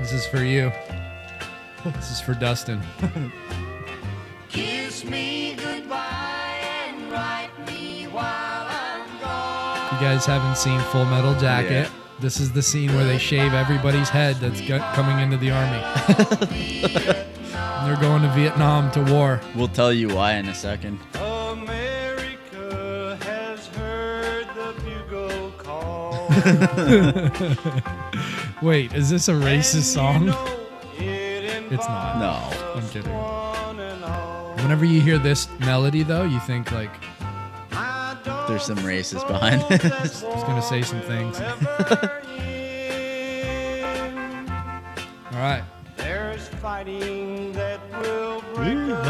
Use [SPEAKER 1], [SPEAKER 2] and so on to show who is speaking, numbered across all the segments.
[SPEAKER 1] This is for you. This is for Dustin.
[SPEAKER 2] Kiss me goodbye and write me while I'm gone.
[SPEAKER 1] You guys haven't seen Full Metal Jacket. This is the scene where they shave everybody's head that's go- coming into the army. And they're going to Vietnam to war.
[SPEAKER 3] We'll tell you why in a second.
[SPEAKER 2] America has heard the bugle call.
[SPEAKER 1] Wait, is this a racist song? It's
[SPEAKER 2] It's
[SPEAKER 1] not.
[SPEAKER 3] No.
[SPEAKER 1] I'm kidding. Whenever you hear this melody, though, you think like
[SPEAKER 3] There's some racist behind this.
[SPEAKER 1] he's gonna say some things. All right,
[SPEAKER 2] There's fighting that will break
[SPEAKER 3] yeah.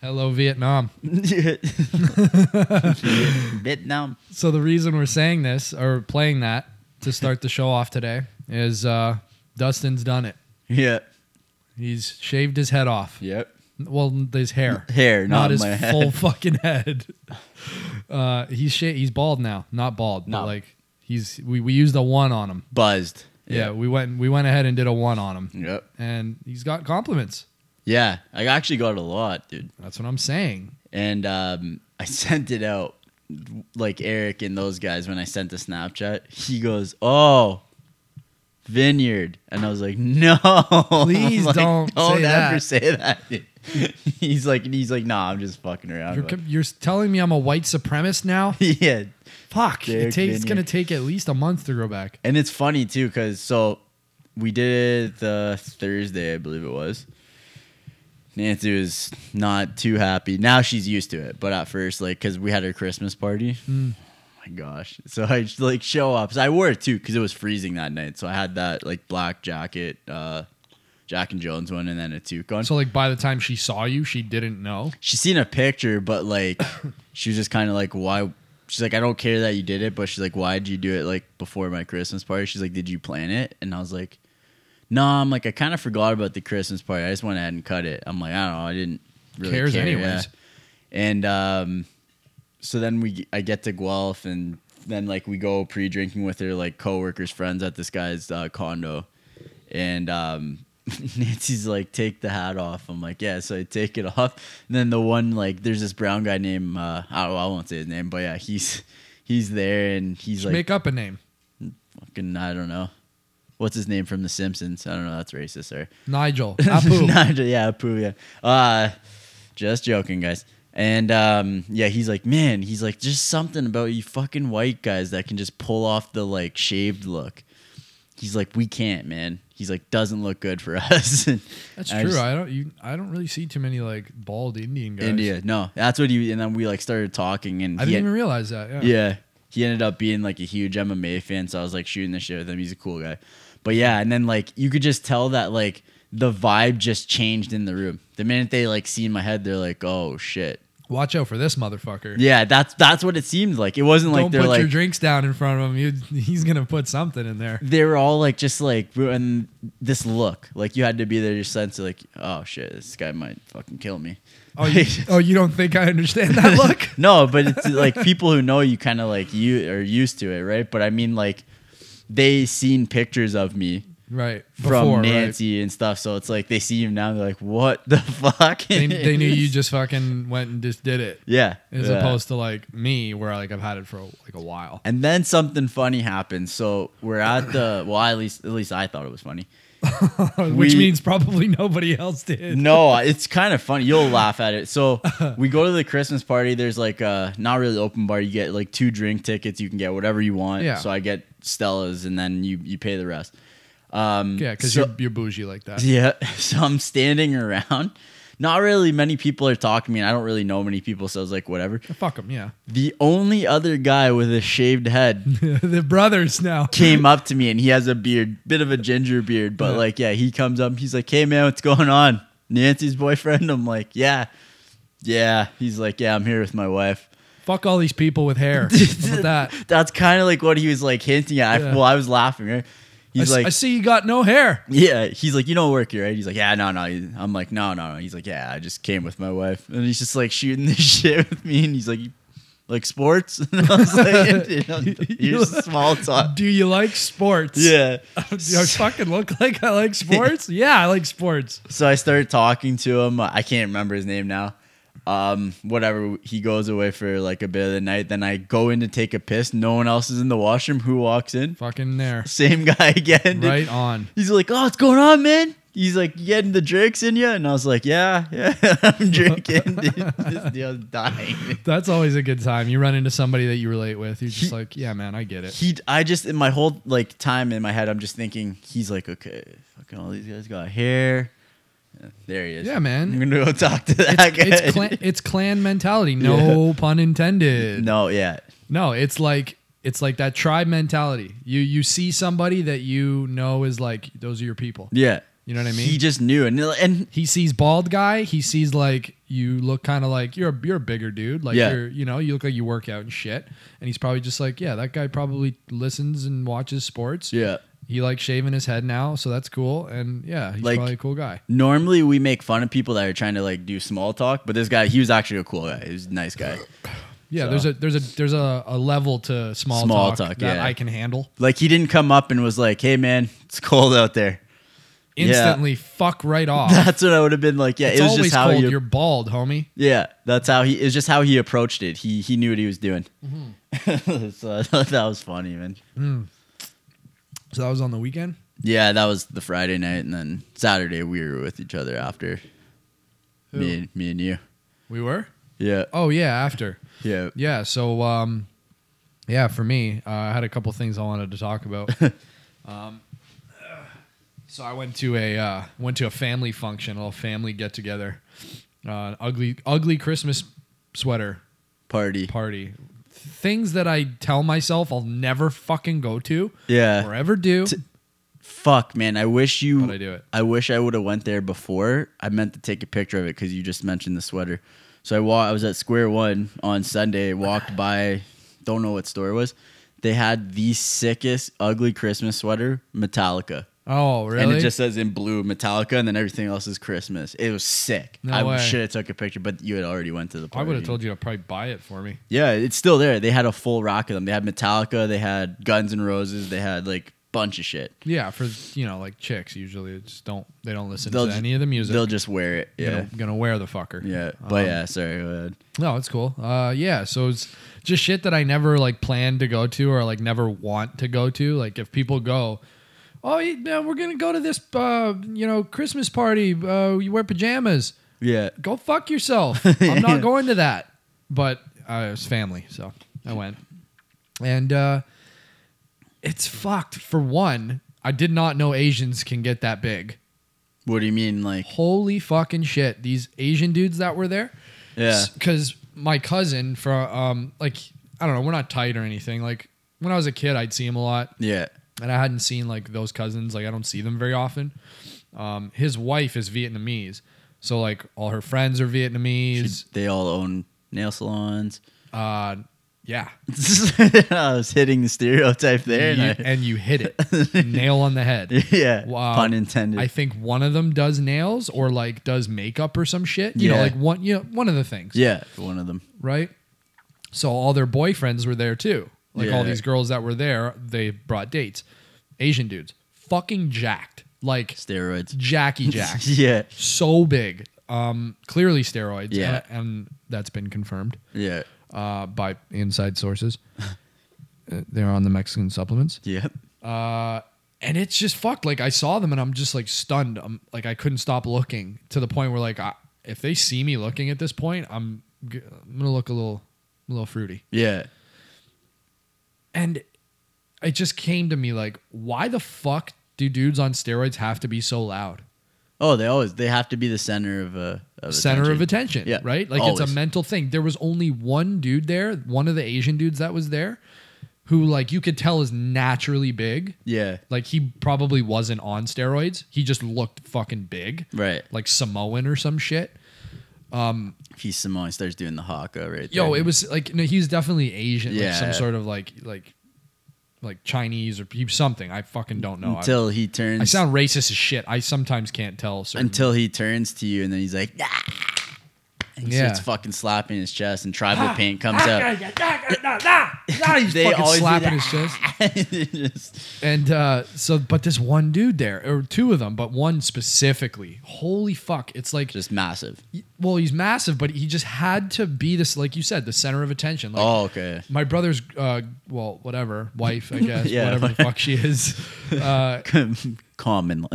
[SPEAKER 1] hello Vietnam.
[SPEAKER 3] Vietnam.
[SPEAKER 1] So the reason we're saying this or playing that to start the show off today is uh, Dustin's done it.
[SPEAKER 3] Yeah.
[SPEAKER 1] He's shaved his head off.
[SPEAKER 3] Yep.
[SPEAKER 1] Well, his hair.
[SPEAKER 3] Hair, not,
[SPEAKER 1] his
[SPEAKER 3] my head.
[SPEAKER 1] full fucking head. Uh, he's sh- he's bald now, not bald, but
[SPEAKER 3] No.
[SPEAKER 1] like he's we, we used a one on him.
[SPEAKER 3] Buzzed.
[SPEAKER 1] Yeah, we went we went ahead and did a one on him,
[SPEAKER 3] Yep.
[SPEAKER 1] and he's got compliments.
[SPEAKER 3] Yeah. I actually got a lot, dude.
[SPEAKER 1] That's what I'm saying.
[SPEAKER 3] And um, I sent it out. Like Eric and those guys, when I sent the Snapchat, he goes, "Oh, vineyard," and I was like, "No,
[SPEAKER 1] Please
[SPEAKER 3] Like,
[SPEAKER 1] don't
[SPEAKER 3] don't
[SPEAKER 1] say
[SPEAKER 3] ever
[SPEAKER 1] that."
[SPEAKER 3] say that." he's like, and "He's like, nah, I'm just fucking around."
[SPEAKER 1] You're
[SPEAKER 3] But-
[SPEAKER 1] com- you're telling me I'm a white supremacist now?
[SPEAKER 3] yeah,
[SPEAKER 1] Fuck! It
[SPEAKER 3] Derek
[SPEAKER 1] takes, it's
[SPEAKER 3] Vineyard.
[SPEAKER 1] gonna take at least a month to grow back.
[SPEAKER 3] And it's funny too, because so we did it the Thursday, I believe it was. Nancy was not too happy. Now she's used to it, but at first, like, because we had her Christmas party. Oh my gosh! So I just, like show up. So I wore it too because it was freezing that night. So I had that like black jacket, uh, Jack and Jones one, and then a toque on.
[SPEAKER 1] So like by the time she saw you, she didn't know.
[SPEAKER 3] She's seen a picture, but like she was just kind of like, why? She's like, I don't care that you did it, but she's like, why did you do it like before my Christmas party? She's like, did you plan it? And I was like, no, I'm like, I kind of forgot about the Christmas party. I just went ahead and cut it. I'm like, I don't know, I didn't really
[SPEAKER 1] Cares
[SPEAKER 3] care,
[SPEAKER 1] anyways.
[SPEAKER 3] yeah. And um, so then we, I get to Guelph, and then like we go pre-drinking with her like coworkers, friends at this guy's uh, condo, and um, Nancy's like, "Take the hat off." I'm like, "Yeah." So I take it off, and then the one like, there's this brown guy named uh, I, don't, I won't say his name, but yeah, he's he's there, and he's like,
[SPEAKER 1] Make up a name.
[SPEAKER 3] fucking, I don't know, what's his name from The Simpsons? I don't know. That's racist, sorry.
[SPEAKER 1] Nigel. Apu.
[SPEAKER 3] Nigel, yeah, Apu, yeah. Uh, just joking, guys. And um, yeah, he's like, man, he's like, just something about you fucking white guys that can just pull off the like shaved look. He's like, we can't, man. He's like, doesn't look good for us. And
[SPEAKER 1] That's
[SPEAKER 3] I
[SPEAKER 1] true.
[SPEAKER 3] just-
[SPEAKER 1] I don't you I don't really see too many like bald Indian guys.
[SPEAKER 3] India, no, that's what he. And then we like started talking, and
[SPEAKER 1] I
[SPEAKER 3] he
[SPEAKER 1] didn't
[SPEAKER 3] had-
[SPEAKER 1] even realize that. Yeah.
[SPEAKER 3] Yeah. He ended up being like a huge MMA fan, so I was like shooting the shit with him. He's a cool guy. But yeah, and then like you could just tell that like the vibe just changed in the room. The minute they like see in my head, they're like, Oh shit.
[SPEAKER 1] Watch out for this motherfucker.
[SPEAKER 3] Yeah, that's that's what it seemed like. It wasn't like
[SPEAKER 1] Don't
[SPEAKER 3] they're
[SPEAKER 1] put
[SPEAKER 3] like
[SPEAKER 1] your drinks down in front of him. You, he's gonna put something in there.
[SPEAKER 3] they were all like just like and this look. Like you had to be there just sense of, like, oh shit, this guy might fucking kill me.
[SPEAKER 1] Oh, you, oh, you don't think I understand that look?
[SPEAKER 3] no, but it's like people who know you kind of like you are used to it, right? But I mean like they seen pictures of me
[SPEAKER 1] right.
[SPEAKER 3] from
[SPEAKER 1] Before, right.
[SPEAKER 3] Nancy and stuff. So it's like they see you now, they're like, "What the fuck?"
[SPEAKER 1] They, they knew you just fucking went and just did it,
[SPEAKER 3] yeah,
[SPEAKER 1] as
[SPEAKER 3] yeah.
[SPEAKER 1] opposed to like me, where like I've had it for like a while.
[SPEAKER 3] And then something funny happens. So we're at the well, at least at least I thought it was funny.
[SPEAKER 1] Which
[SPEAKER 3] We-
[SPEAKER 1] means probably nobody else did.
[SPEAKER 3] No, it's kind of funny. You'll laugh at it. So we go to the Christmas party. There's like a not really open bar. You get like two drink tickets. You can get whatever you want.
[SPEAKER 1] Yeah.
[SPEAKER 3] So I get Stella's, and then you you pay the rest.
[SPEAKER 1] Yeah, because
[SPEAKER 3] So-
[SPEAKER 1] you're, you're bougie like that.
[SPEAKER 3] Yeah. So I'm standing around. Not really many people are talking to me, and I don't really know many people. So I was like, whatever.
[SPEAKER 1] Fuck them. Yeah.
[SPEAKER 3] The only other guy with a shaved head
[SPEAKER 1] the brothers now.
[SPEAKER 3] came up to me and he has a beard, bit of a ginger beard, but like, yeah, he comes up. He's like, hey, man, what's going on? Nancy's boyfriend? I'm like, yeah. Yeah. He's like, yeah, I'm here with my wife.
[SPEAKER 1] Fuck all these people with hair. How about that?
[SPEAKER 3] That's kind of like what he was like hinting at. I-
[SPEAKER 1] Yeah.
[SPEAKER 3] Well, I was laughing, right?
[SPEAKER 1] I,
[SPEAKER 3] He's
[SPEAKER 1] s-
[SPEAKER 3] like,
[SPEAKER 1] I see you got no hair.
[SPEAKER 3] yeah. He's like, you don't work here, right? He's like, yeah, no, no. I'm like, no, no, no. He's like, yeah, I just came with my wife. And he's just like shooting this shit with me. And he's like, like sports. And I was like, you know,
[SPEAKER 1] You-
[SPEAKER 3] you're small talk.
[SPEAKER 1] Do you like sports?
[SPEAKER 3] Yeah.
[SPEAKER 1] Do I fucking look like I like sports? yeah, I like sports.
[SPEAKER 3] So I started talking to him. I can't remember his name now. Um, whatever. He goes away for like a bit of the night. Then I go in to take a piss. No one else is in the washroom. Who walks in?
[SPEAKER 1] Fucking there.
[SPEAKER 3] Same guy again. dude.
[SPEAKER 1] Right on.
[SPEAKER 3] He's like, "Oh, what's going on, man?" He's like, "You getting the drinks in you?" And I was like, "Yeah, yeah, I'm drinking." dude. this deal's dying.
[SPEAKER 1] That's always a good time. You run into somebody that you relate with. You're just
[SPEAKER 3] He-
[SPEAKER 1] like, yeah, man, I get it.
[SPEAKER 3] He, I just in my whole like time in my head, I'm just thinking he's like, "Okay, fucking all these guys got hair." Yeah, There he is.
[SPEAKER 1] Yeah, man.
[SPEAKER 3] I'm gonna go talk to that guy.
[SPEAKER 1] It's clan, it's clan mentality. No pun intended.
[SPEAKER 3] no, yeah,
[SPEAKER 1] No, it's like it's like that tribe mentality. You you see somebody that you know is like those are your people.
[SPEAKER 3] yeah.
[SPEAKER 1] You know what I mean?
[SPEAKER 3] He just knew, and and
[SPEAKER 1] he sees bald guy. He sees like you look kind of like you're a, you're a bigger dude. Like
[SPEAKER 3] Yeah.
[SPEAKER 1] you're you know you look like you work out and shit. And he's probably just like yeah that guy probably listens and watches sports.
[SPEAKER 3] yeah.
[SPEAKER 1] He likes shaving his head now, so that's cool. And yeah, he's
[SPEAKER 3] Like-
[SPEAKER 1] probably a cool guy.
[SPEAKER 3] Normally we make fun of people that are trying to like do small talk, but this guy, he was actually a cool guy. He was a nice guy.
[SPEAKER 1] Yeah,
[SPEAKER 3] So-
[SPEAKER 1] there's a there's a there's a, a level to small,
[SPEAKER 3] Small
[SPEAKER 1] talk,
[SPEAKER 3] talk,
[SPEAKER 1] that
[SPEAKER 3] yeah.
[SPEAKER 1] I can handle.
[SPEAKER 3] Like he didn't come up and was like, "Hey, man, it's cold out there." Yeah.
[SPEAKER 1] Instantly fuck right off.
[SPEAKER 3] That's what I would have been like. Yeah,
[SPEAKER 1] Oh. it's
[SPEAKER 3] it was
[SPEAKER 1] always
[SPEAKER 3] just how
[SPEAKER 1] cold.
[SPEAKER 3] you.
[SPEAKER 1] You're bald, homie.
[SPEAKER 3] yeah, that's how he. It's just how he approached it. He he knew what he was doing.
[SPEAKER 1] Mm-hmm.
[SPEAKER 3] so I thought that was funny, man.
[SPEAKER 1] So that was on the weekend.
[SPEAKER 3] Yeah, that was the Friday night, and then Saturday we were with each other after. Me and me and you.
[SPEAKER 1] We were.
[SPEAKER 3] Yeah,
[SPEAKER 1] Oh yeah, after.
[SPEAKER 3] yeah.
[SPEAKER 1] Yeah. So, um, yeah, for me, uh, I had a couple things I wanted to talk about. um, so I went to a uh, went to a family function, a little family get together. Uh, an ugly, ugly Christmas sweater
[SPEAKER 3] Party.
[SPEAKER 1] party. Things that I tell myself I'll never fucking go to
[SPEAKER 3] Yeah.
[SPEAKER 1] or ever do.
[SPEAKER 3] T- Fuck, man. I wish you.
[SPEAKER 1] How'd I do it?
[SPEAKER 3] I wish I would have went there before. I meant to take a picture of it because you just mentioned the sweater. So I wa- I was at Square One on Sunday. Walked by, don't know what store it was. They had the sickest ugly Christmas sweater, Metallica,
[SPEAKER 1] Oh, really?
[SPEAKER 3] and it just says in blue Metallica, and then everything else is Christmas. It was sick.
[SPEAKER 1] No
[SPEAKER 3] I
[SPEAKER 1] way.
[SPEAKER 3] should have took a picture, but you had already went to the
[SPEAKER 1] I
[SPEAKER 3] party.
[SPEAKER 1] would have told you to probably buy it for me.
[SPEAKER 3] Yeah, it's still there. They had a full rock of them. They had Metallica. They had Guns N' Roses. They had like bunch of shit.
[SPEAKER 1] Yeah, for you know, like chicks usually it's just don't they don't listen
[SPEAKER 3] They'll
[SPEAKER 1] to
[SPEAKER 3] ju-
[SPEAKER 1] any of the music.
[SPEAKER 3] They'll just wear it. Yeah.
[SPEAKER 1] gonna, gonna wear the fucker.
[SPEAKER 3] Yeah, but
[SPEAKER 1] Um,
[SPEAKER 3] yeah, sorry. Go ahead.
[SPEAKER 1] No, it's cool. Uh, yeah, so it's just shit that I never like planned to go to or like never want to go to. Like if people go, oh, you know, we're gonna go to this, uh, you know, Christmas party. Uh, you wear pajamas.
[SPEAKER 3] Yeah,
[SPEAKER 1] Go fuck yourself. I'm not going to that. But uh, it was family, so I went, and uh, it's fucked. For one, I did not know Asians can get that big.
[SPEAKER 3] what do you mean? Like,
[SPEAKER 1] Holy fucking shit! These Asian dudes that were there.
[SPEAKER 3] yeah,
[SPEAKER 1] Because my cousin from, um, like, I don't know, we're not tight or anything. Like, when I was a kid, I'd see him a lot,
[SPEAKER 3] yeah,
[SPEAKER 1] and I hadn't seen, like, those cousins. Like, I don't see them very often. Um, his wife is Vietnamese. So, like, all her friends are Vietnamese.
[SPEAKER 3] they all own nail salons.
[SPEAKER 1] Uh, yeah.
[SPEAKER 3] I was hitting the stereotype there.
[SPEAKER 1] You-
[SPEAKER 3] And
[SPEAKER 1] and you hit it. Nail on the head.
[SPEAKER 3] I, yeah,
[SPEAKER 1] Wow.
[SPEAKER 3] pun intended.
[SPEAKER 1] I think one of them does nails or, like, does makeup or some shit. You know,
[SPEAKER 3] Yeah.
[SPEAKER 1] like, one, you know, one of the things.
[SPEAKER 3] yeah, one of them.
[SPEAKER 1] right? So all their boyfriends were there too. Like all
[SPEAKER 3] Yeah.
[SPEAKER 1] these girls that were there, they brought dates. Asian dudes, fucking jacked, like
[SPEAKER 3] Steroids.
[SPEAKER 1] Jackie Jack,
[SPEAKER 3] yeah,
[SPEAKER 1] so big. Um, clearly steroids.
[SPEAKER 3] Yeah.
[SPEAKER 1] and, and that's been confirmed
[SPEAKER 3] yeah,
[SPEAKER 1] uh, by inside sources. Uh, They're on the Mexican supplements,
[SPEAKER 3] yeah.
[SPEAKER 1] and it's just fucked. Like I saw them, and I'm just like stunned. I'm like I couldn't stop looking to the point where like I, if they see me looking at this point, I'm g- I'm gonna look a little a little fruity.
[SPEAKER 3] Yeah,
[SPEAKER 1] And it just came to me like, why the fuck do dudes on steroids have to be so loud?
[SPEAKER 3] oh, they always they have to be the center of a of
[SPEAKER 1] Center of attention,
[SPEAKER 3] Yeah,
[SPEAKER 1] right? Like it's
[SPEAKER 3] always.
[SPEAKER 1] a mental thing. There was only one dude there, one of the Asian dudes that was there, who like you could tell is naturally big.
[SPEAKER 3] Yeah,
[SPEAKER 1] Like he probably wasn't on steroids. He just looked fucking big,
[SPEAKER 3] right.
[SPEAKER 1] like Samoan or some shit.
[SPEAKER 3] He's Samoan. Starts doing the haka right.
[SPEAKER 1] Yo,
[SPEAKER 3] there.
[SPEAKER 1] it was like no, he was definitely Asian, like some
[SPEAKER 3] Yeah.
[SPEAKER 1] sort of like like like Chinese or he- something. I fucking don't know. I-
[SPEAKER 3] until he turns.
[SPEAKER 1] I sound racist as shit. I sometimes can't tell. Certain
[SPEAKER 3] until he turns to you and then he's like, "Ah," and
[SPEAKER 1] Yeah. Ah,
[SPEAKER 3] starts fucking slapping his chest, and tribal paint comes out.
[SPEAKER 1] He's
[SPEAKER 3] They
[SPEAKER 1] fucking
[SPEAKER 3] always do
[SPEAKER 1] slapping
[SPEAKER 3] that.
[SPEAKER 1] his chest.
[SPEAKER 3] Just-
[SPEAKER 1] And uh, so, but this one dude there, or two of them, but one specifically, holy fuck. It's like,
[SPEAKER 3] just massive.
[SPEAKER 1] well, he's massive, but he just had to be this, like you said, the center of attention. Like,
[SPEAKER 3] Oh, okay.
[SPEAKER 1] My brother's, uh, well, whatever, wife, I guess,
[SPEAKER 3] Yeah.
[SPEAKER 1] whatever the fuck she is, uh,
[SPEAKER 3] Common.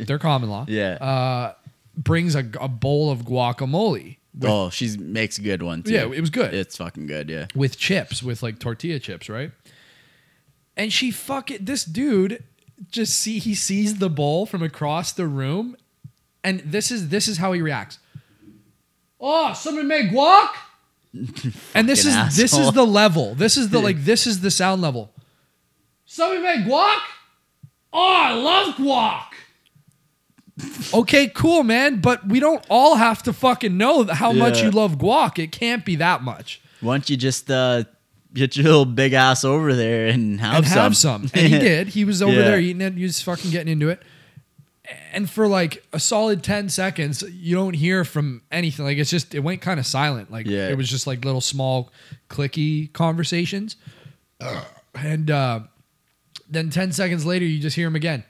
[SPEAKER 1] they're common law.
[SPEAKER 3] Yeah.
[SPEAKER 1] Uh, brings a, a bowl of guacamole
[SPEAKER 3] oh, she makes a good one too.
[SPEAKER 1] Yeah, it was good.
[SPEAKER 3] It's fucking good. Yeah.
[SPEAKER 1] with chips, with like tortilla chips, right? And she fuck it. This dude just see he sees the bowl from across the room, and this is this is how he reacts. Oh, somebody made guac. and this
[SPEAKER 3] Fucking
[SPEAKER 1] is this is
[SPEAKER 3] asshole.
[SPEAKER 1] the level. This is the like this is the sound level. Somebody made guac. Oh, I love guac. okay, cool, man. But we don't all have to fucking know how much
[SPEAKER 3] Yeah.
[SPEAKER 1] you love guac. It can't be that much.
[SPEAKER 3] Why don't you just uh, get your little big ass over there and have
[SPEAKER 1] and
[SPEAKER 3] some?
[SPEAKER 1] have some. And he did. He was over
[SPEAKER 3] Yeah.
[SPEAKER 1] there eating it. He was fucking getting into it. And for like a solid 10 seconds, you don't hear from anything. Like it's just, it went kind of silent. Like
[SPEAKER 3] Yeah.
[SPEAKER 1] it was just like little small clicky conversations. And uh, then 10 seconds later, you just hear him again.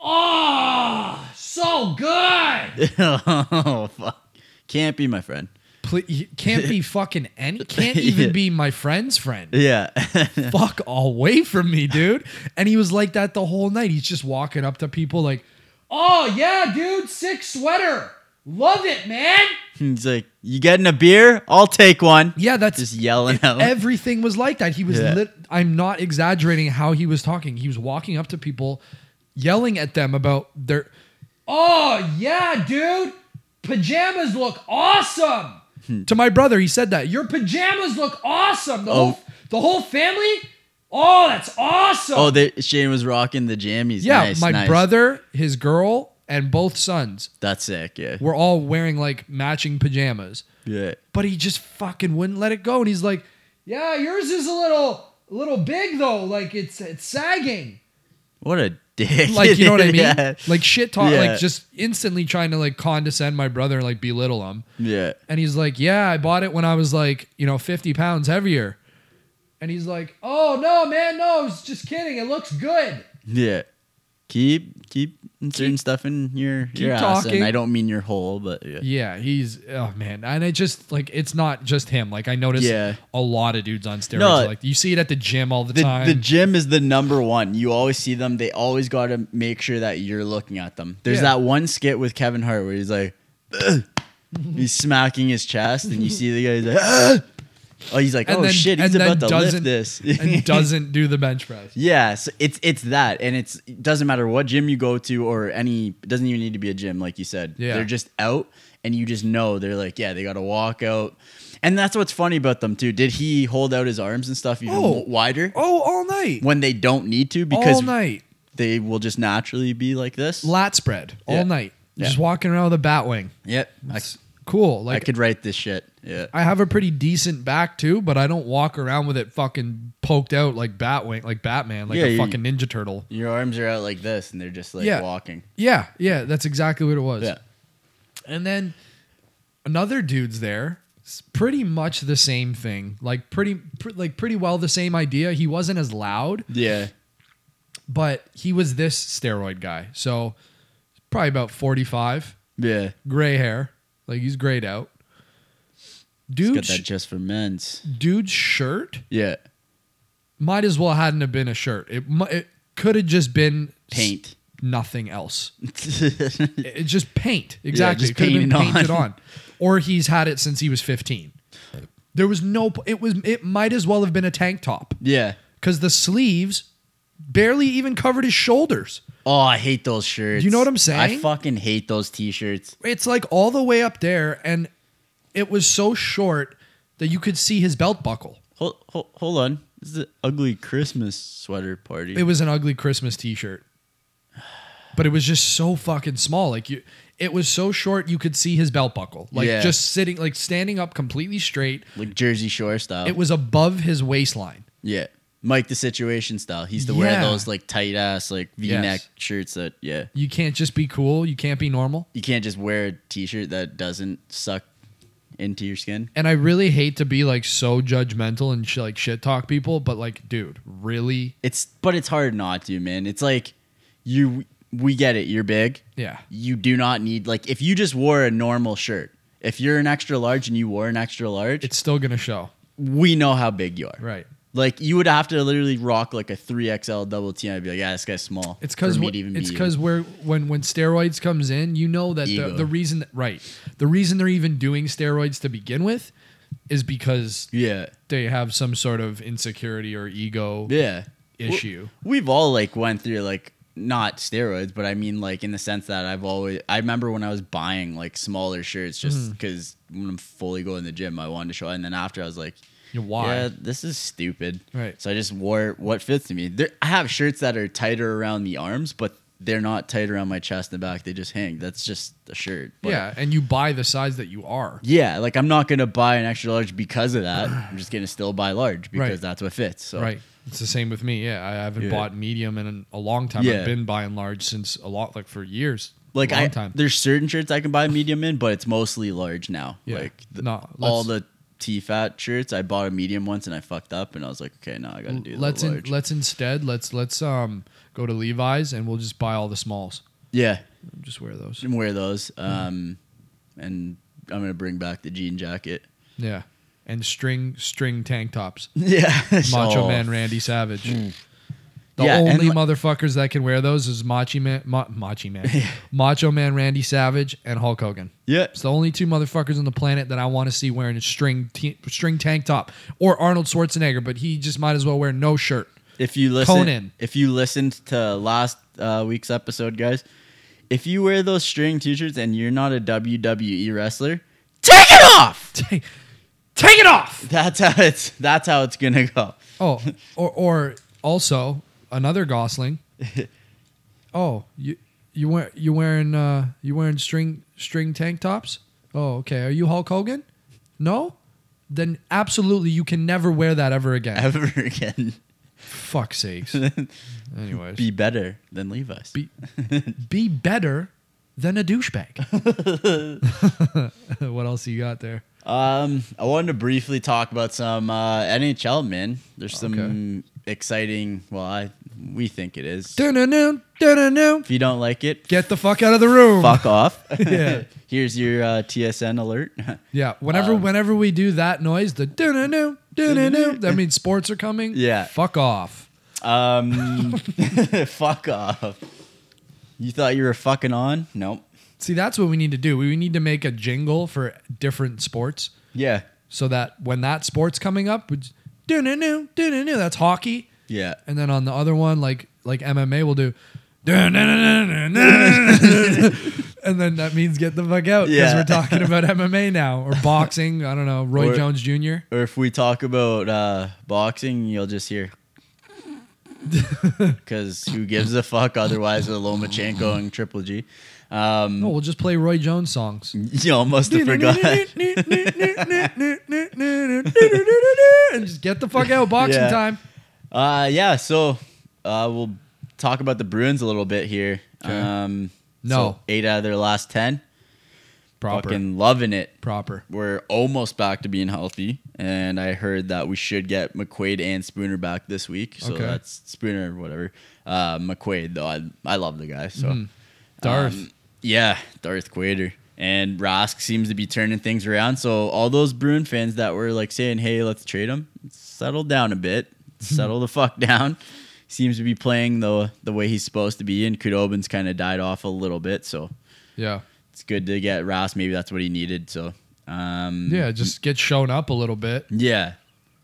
[SPEAKER 1] Oh, so good.
[SPEAKER 3] oh fuck! Can't be my friend.
[SPEAKER 1] Ple- you can't be fucking any, can't even
[SPEAKER 3] Yeah.
[SPEAKER 1] be my friend's friend.
[SPEAKER 3] Yeah.
[SPEAKER 1] fuck away from me, dude. And he was like that the whole night. He's just walking up to people like, oh, yeah, dude, sick sweater. Love it, man.
[SPEAKER 3] He's like, "You getting a beer? I'll take one."
[SPEAKER 1] Yeah, that's
[SPEAKER 3] Just yelling out.
[SPEAKER 1] everything was like that. He was
[SPEAKER 3] Yeah.
[SPEAKER 1] lit. I'm not exaggerating how he was talking. He was walking up to people, yelling at them about their, oh, yeah, dude, pajamas look awesome. to my brother, he said that. Your pajamas look awesome. The, whole,
[SPEAKER 3] Hmm. Oh.
[SPEAKER 1] the whole family? Oh, that's awesome.
[SPEAKER 3] oh, they, Shane was rocking the jammies.
[SPEAKER 1] Yeah,
[SPEAKER 3] Nice,
[SPEAKER 1] my
[SPEAKER 3] nice.
[SPEAKER 1] brother, his girl, and both sons
[SPEAKER 3] That's sick. Yeah.
[SPEAKER 1] were all wearing like matching pajamas.
[SPEAKER 3] Yeah.
[SPEAKER 1] But he just fucking wouldn't let it go, and he's like, "Yeah, yours is a little, little big though. Like it's it's sagging.
[SPEAKER 3] What a dick.
[SPEAKER 1] Like you know what I mean?
[SPEAKER 3] yeah.
[SPEAKER 1] Like shit talk.
[SPEAKER 3] Yeah.
[SPEAKER 1] Like just instantly trying to like condescend my brother and like belittle him.
[SPEAKER 3] Yeah.
[SPEAKER 1] And he's like, "Yeah, I bought it when I was like, you know, fifty pounds heavier." And he's like, "Oh no, man, no, I was just kidding. It looks good."
[SPEAKER 3] Yeah. Keep keep inserting stuff in your your ass,
[SPEAKER 1] talking.
[SPEAKER 3] and I don't mean your hole, but yeah.
[SPEAKER 1] Yeah, he's oh man, and it just like it's not just him. Like I notice
[SPEAKER 3] Yeah.
[SPEAKER 1] a lot of dudes on steroids.
[SPEAKER 3] No.
[SPEAKER 1] are like you see it at the gym all the,
[SPEAKER 3] The,
[SPEAKER 1] time.
[SPEAKER 3] the gym is the number one. You always see them. They always got to make sure that you're looking at them. There's
[SPEAKER 1] Yeah.
[SPEAKER 3] that one skit with Kevin Hart where he's like, "Ugh." he's smacking his chest, and you see the guy. He's like, "Ugh." oh, he's like,
[SPEAKER 1] And
[SPEAKER 3] oh
[SPEAKER 1] then-
[SPEAKER 3] shit,
[SPEAKER 1] and
[SPEAKER 3] he's
[SPEAKER 1] then
[SPEAKER 3] about to
[SPEAKER 1] doesn't-
[SPEAKER 3] lift this.
[SPEAKER 1] and doesn't do the bench press.
[SPEAKER 3] Yeah, so it's it's that, and it's it doesn't matter what gym you go to or any. It doesn't even need to be a gym, like you said.
[SPEAKER 1] Yeah.
[SPEAKER 3] they're just out, and you just know they're like, yeah, they got to walk out, and that's what's funny about them too. Did he hold out his arms and stuff even
[SPEAKER 1] Oh.
[SPEAKER 3] wider
[SPEAKER 1] Oh, all night,
[SPEAKER 3] when they don't need to
[SPEAKER 1] all
[SPEAKER 3] because
[SPEAKER 1] night,
[SPEAKER 3] they will just naturally be like this?
[SPEAKER 1] lat spread all
[SPEAKER 3] Yeah.
[SPEAKER 1] night,
[SPEAKER 3] Yeah.
[SPEAKER 1] just walking around with a bat wing.
[SPEAKER 3] Yep, I,
[SPEAKER 1] It's cool.
[SPEAKER 3] I
[SPEAKER 1] Like I,
[SPEAKER 3] could write this shit. Yeah,
[SPEAKER 1] have a pretty decent back too, but I don't walk around with it fucking poked out like bat wing, like Batman, like
[SPEAKER 3] Yeah,
[SPEAKER 1] a
[SPEAKER 3] you-
[SPEAKER 1] fucking Ninja Turtle.
[SPEAKER 3] your arms are out like this, and they're just like
[SPEAKER 1] Yeah.
[SPEAKER 3] walking.
[SPEAKER 1] Yeah, yeah, that's exactly what it was.
[SPEAKER 3] Yeah,
[SPEAKER 1] And then another dude's there. It's pretty much the same thing. Like pretty pr- like pretty well the same idea. He wasn't as loud,
[SPEAKER 3] yeah,
[SPEAKER 1] but he was this steroid guy. So probably about 45,
[SPEAKER 3] yeah.
[SPEAKER 1] gray hair. Like he's grayed out.
[SPEAKER 3] He's
[SPEAKER 1] Dude's,
[SPEAKER 3] got that just for men's.
[SPEAKER 1] dude's shirt
[SPEAKER 3] Yeah,
[SPEAKER 1] might as well hadn't have been a shirt. It mu- it could have just been s-
[SPEAKER 3] paint.
[SPEAKER 1] nothing else. It, it's just paint. Exactly.
[SPEAKER 3] just
[SPEAKER 1] it could have been
[SPEAKER 3] painted
[SPEAKER 1] painted
[SPEAKER 3] on.
[SPEAKER 1] on. Or he's had it since he was 15. There was no p- it was it might as well have been a tank top
[SPEAKER 3] yeah.
[SPEAKER 1] cuz the sleeves barely even covered his shoulders.
[SPEAKER 3] Oh, I hate those shirts.
[SPEAKER 1] You know what I'm
[SPEAKER 3] I
[SPEAKER 1] saying?
[SPEAKER 3] fucking hate those t-shirts.
[SPEAKER 1] It's like all the way up there and it was so short that you could see his belt buckle.
[SPEAKER 3] Hold, hold, hold on. This is an ugly Christmas sweater party.
[SPEAKER 1] It was an ugly Christmas t-shirt. But it was just so fucking small. Like you it was so short you could see his belt buckle. Like
[SPEAKER 3] Yeah.
[SPEAKER 1] just sitting like standing up completely straight.
[SPEAKER 3] like Jersey Shore style.
[SPEAKER 1] It was above his waistline.
[SPEAKER 3] yeah. Mike the Situation style. He used to wear
[SPEAKER 1] Yeah.
[SPEAKER 3] those like tight ass like V-neck
[SPEAKER 1] Yes.
[SPEAKER 3] shirts that yeah.
[SPEAKER 1] You can't just be cool. You can't be normal.
[SPEAKER 3] You can't just wear a t-shirt that doesn't suck into your skin.
[SPEAKER 1] and I really hate to be like so judgmental and sh- like shit talk people, but like, dude, really?
[SPEAKER 3] It's but it's hard not to, man. It's like you we get it. You're big.
[SPEAKER 1] Yeah.
[SPEAKER 3] You do not need like if you just wore a normal shirt. If you're an extra large and you wore an extra large,
[SPEAKER 1] It's still gonna show.
[SPEAKER 3] we know how big you are.
[SPEAKER 1] Right.
[SPEAKER 3] Like you would have to literally rock like a three XL double T. And I'd be like, yeah, this guy's small.
[SPEAKER 1] It's because
[SPEAKER 3] for me to even
[SPEAKER 1] it's
[SPEAKER 3] be-
[SPEAKER 1] because where when when steroids comes in, you know that the,
[SPEAKER 3] Ego.
[SPEAKER 1] the reason that, right the reason they're even doing steroids to begin with is because
[SPEAKER 3] yeah,
[SPEAKER 1] they have some sort of insecurity or ego
[SPEAKER 3] yeah
[SPEAKER 1] issue.
[SPEAKER 3] We, have all like went through like not steroids, but I mean like in the sense that I've always I remember when I was buying like smaller shirts just
[SPEAKER 1] Mm.
[SPEAKER 3] because when I'm fully going to the gym, I wanted to show. And then after I was like,
[SPEAKER 1] You know, Why?
[SPEAKER 3] yeah, this is stupid.
[SPEAKER 1] Right.
[SPEAKER 3] So I just wore what fits to me. There, I have shirts that are tighter around the arms, but they're not tight around my chest and back. They just hang. That's just a shirt. But
[SPEAKER 1] yeah, and you buy the size that you are.
[SPEAKER 3] Yeah, like I'm not gonna buy an extra large because of that. I'm just gonna still buy large because
[SPEAKER 1] Right.
[SPEAKER 3] that's what fits. So
[SPEAKER 1] Right. It's the same with me. Yeah, I haven't
[SPEAKER 3] Yeah.
[SPEAKER 1] bought medium in a long time.
[SPEAKER 3] Yeah.
[SPEAKER 1] I've been buying large since a lot, like for years.
[SPEAKER 3] like
[SPEAKER 1] long
[SPEAKER 3] I
[SPEAKER 1] time.
[SPEAKER 3] there's certain shirts I can buy medium in, but it's mostly large now.
[SPEAKER 1] Yeah.
[SPEAKER 3] Like the,
[SPEAKER 1] No,
[SPEAKER 3] all
[SPEAKER 1] let's-
[SPEAKER 3] the T fat shirts, I bought a medium once and I fucked up and I was like, okay, now I gotta do the
[SPEAKER 1] let's in,
[SPEAKER 3] large.
[SPEAKER 1] let's instead let's let's um go to Levi's and we'll just buy all the smalls.
[SPEAKER 3] yeah,
[SPEAKER 1] Just wear those.
[SPEAKER 3] and wear those.
[SPEAKER 1] Hmm.
[SPEAKER 3] Um, and I'm gonna bring back the jean jacket.
[SPEAKER 1] Yeah, and string string tank tops.
[SPEAKER 3] Yeah,
[SPEAKER 1] Macho
[SPEAKER 3] so-
[SPEAKER 1] Man Randy Savage. The
[SPEAKER 3] Hmm. Yeah, and
[SPEAKER 1] only
[SPEAKER 3] like-
[SPEAKER 1] motherfuckers that can wear those is Machi Man, Ma- Machi Man, Macho Man Randy Savage, and Hulk Hogan.
[SPEAKER 3] Yeah,
[SPEAKER 1] It's the only two motherfuckers on the planet that I want to see wearing a string t- string tank top or Arnold Schwarzenegger, but he just might as well wear no shirt.
[SPEAKER 3] If you listen,
[SPEAKER 1] Conan.
[SPEAKER 3] if you listened to last uh, week's episode, guys, if you wear those string t-shirts and you're not a WWE wrestler, take it off.
[SPEAKER 1] Take, take it off.
[SPEAKER 3] That's how it's. That's how it's gonna go.
[SPEAKER 1] Oh, or or also another Gosling. Oh, you you wear you wearing uh you wearing string string tank tops? Oh, okay. Are you Hulk Hogan? No? Then absolutely you can never wear that ever again.
[SPEAKER 3] Ever again,
[SPEAKER 1] Fuck sakes. Anyways.
[SPEAKER 3] be better than Levi's.
[SPEAKER 1] be be better than a douchebag. what else you got there?
[SPEAKER 3] um, I wanted to briefly talk about some uh, NHL men. There's some exciting. Well, I we think it is.
[SPEAKER 1] Dun-dun-dun, dun-dun-dun.
[SPEAKER 3] If you don't like it,
[SPEAKER 1] Get the fuck out of the room.
[SPEAKER 3] fuck off.
[SPEAKER 1] Yeah.
[SPEAKER 3] Here's your uh, TSN alert.
[SPEAKER 1] Yeah, whenever
[SPEAKER 3] Um,
[SPEAKER 1] whenever we do that noise, the dun-dun-dun, dun-dun-dun, that means sports are coming.
[SPEAKER 3] Yeah.
[SPEAKER 1] Fuck off.
[SPEAKER 3] Um, fuck off. You thought you were fucking on? Nope.
[SPEAKER 1] See, that's what we need to do. We need to make a jingle for different sports
[SPEAKER 3] Yeah.
[SPEAKER 1] so that when that sport's coming up, we just, dun-dun-dun, dun-dun-dun, that's hockey.
[SPEAKER 3] Yeah.
[SPEAKER 1] And then on the other one, like like MMA, we'll do. and then that means get the fuck out because
[SPEAKER 3] Yeah.
[SPEAKER 1] we're talking about MMA now or boxing. I don't know. Roy
[SPEAKER 3] Or-
[SPEAKER 1] Jones Jr.
[SPEAKER 3] Or if we talk about uh, boxing, you'll just hear. Because who gives a fuck otherwise with Lomachenko and Triple G? Um,
[SPEAKER 1] No, Oh, we'll just play Roy Jones songs.
[SPEAKER 3] you almost have forgot.
[SPEAKER 1] and just get the fuck out. Boxing
[SPEAKER 3] Yeah.
[SPEAKER 1] time.
[SPEAKER 3] Uh, yeah, so uh, we'll talk about the Bruins a little bit here.
[SPEAKER 1] Okay.
[SPEAKER 3] Um,
[SPEAKER 1] No.
[SPEAKER 3] so eight out of their last 10.
[SPEAKER 1] Proper.
[SPEAKER 3] Fucking loving it.
[SPEAKER 1] Proper.
[SPEAKER 3] we're almost back to being healthy, and I heard that we should get McQuaid and Spooner back this week. So
[SPEAKER 1] Okay.
[SPEAKER 3] that's Spooner, or whatever. Uh, McQuaid though, I, I love the guy. So
[SPEAKER 1] Mhm. Darth.
[SPEAKER 3] um, yeah, Darth Quader. And Rask seems to be turning things around. So all those Bruin fans that were like saying, "Hey, let's trade him," settle down a bit, settle the fuck down. Seems to be playing the the way he's supposed to be, and Kudobin's kind of died off a little bit. So
[SPEAKER 1] yeah.
[SPEAKER 3] it's good to get Rask. Maybe that's what he needed. So um,
[SPEAKER 1] Yeah. Just get shown up a little bit.
[SPEAKER 3] yeah.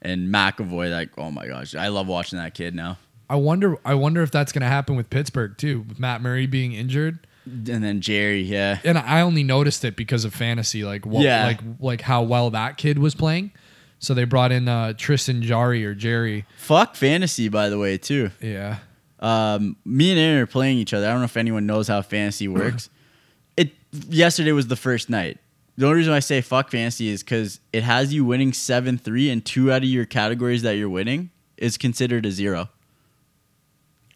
[SPEAKER 3] And McAvoy, like, oh my gosh, I love watching that kid now.
[SPEAKER 1] I wonder. I wonder if that's going to happen with Pittsburgh too, with Matt Murray being injured.
[SPEAKER 3] And then Jerry, yeah.
[SPEAKER 1] and I only noticed it because of fantasy, like what,
[SPEAKER 3] Yeah.
[SPEAKER 1] like like how well that kid was playing. So they brought in uh, Tristan Jari or Jerry.
[SPEAKER 3] Fuck fantasy, by the way, too.
[SPEAKER 1] Yeah,
[SPEAKER 3] Um, me and Aaron are playing each other. I don't know if anyone knows how fantasy works. it yesterday was the first night. The only reason I say fuck fantasy is because it has you winning seven three, and two out of your categories that you're winning is considered a zero.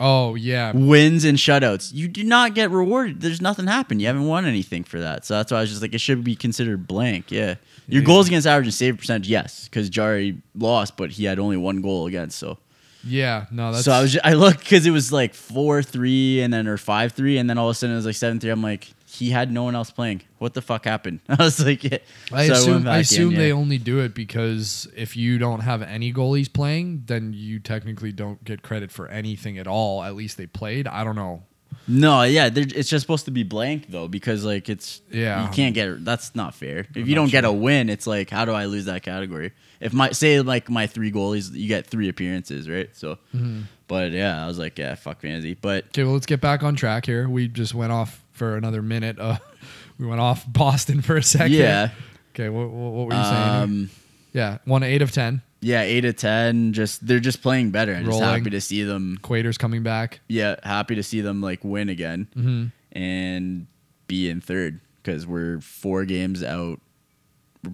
[SPEAKER 1] Oh yeah,
[SPEAKER 3] wins and shutouts. You do not get rewarded. There's nothing happened. You haven't won anything for that. So that's why I was just like, it should be considered blank. Yeah. Your
[SPEAKER 1] Yeah.
[SPEAKER 3] goals against average and save percentage, yes, because Jari lost, but he had only one goal against. So
[SPEAKER 1] yeah. No, that's
[SPEAKER 3] so I was just, I looked because it was like four three and then or five three and then all of a sudden it was like seven three. I'm like he had no one else playing. What the fuck happened? I was like, yeah.
[SPEAKER 1] I
[SPEAKER 3] So went
[SPEAKER 1] assume, I
[SPEAKER 3] back in,
[SPEAKER 1] assume
[SPEAKER 3] yeah.
[SPEAKER 1] they only do it because if you don't have any goalies playing, then you technically don't get credit for anything at all. At least they played. I don't know.
[SPEAKER 3] No, yeah, they're- it's just supposed to be blank though because like it's
[SPEAKER 1] Yeah.
[SPEAKER 3] you can't get that's not fair. If
[SPEAKER 1] not
[SPEAKER 3] you don't get
[SPEAKER 1] sure.
[SPEAKER 3] a win, it's like how do I lose that category? If my say like my three goalies, you get three appearances, right? So,
[SPEAKER 1] Mm-hmm.
[SPEAKER 3] but yeah, I was like, yeah, fuck fantasy, but
[SPEAKER 1] Okay, well, let's get back on track here. We just went off for another minute. Uh, we went off Boston for a second.
[SPEAKER 3] Yeah.
[SPEAKER 1] Okay, what, what, what were you saying?
[SPEAKER 3] um,
[SPEAKER 1] yeah, one eight of ten.
[SPEAKER 3] yeah, eight of ten, just they're just playing better. I'm just
[SPEAKER 1] Rolling.
[SPEAKER 3] happy to see them.
[SPEAKER 1] Quater's coming back.
[SPEAKER 3] yeah, happy to see them like win again
[SPEAKER 1] Mm-hmm.
[SPEAKER 3] and be in third because we're four games out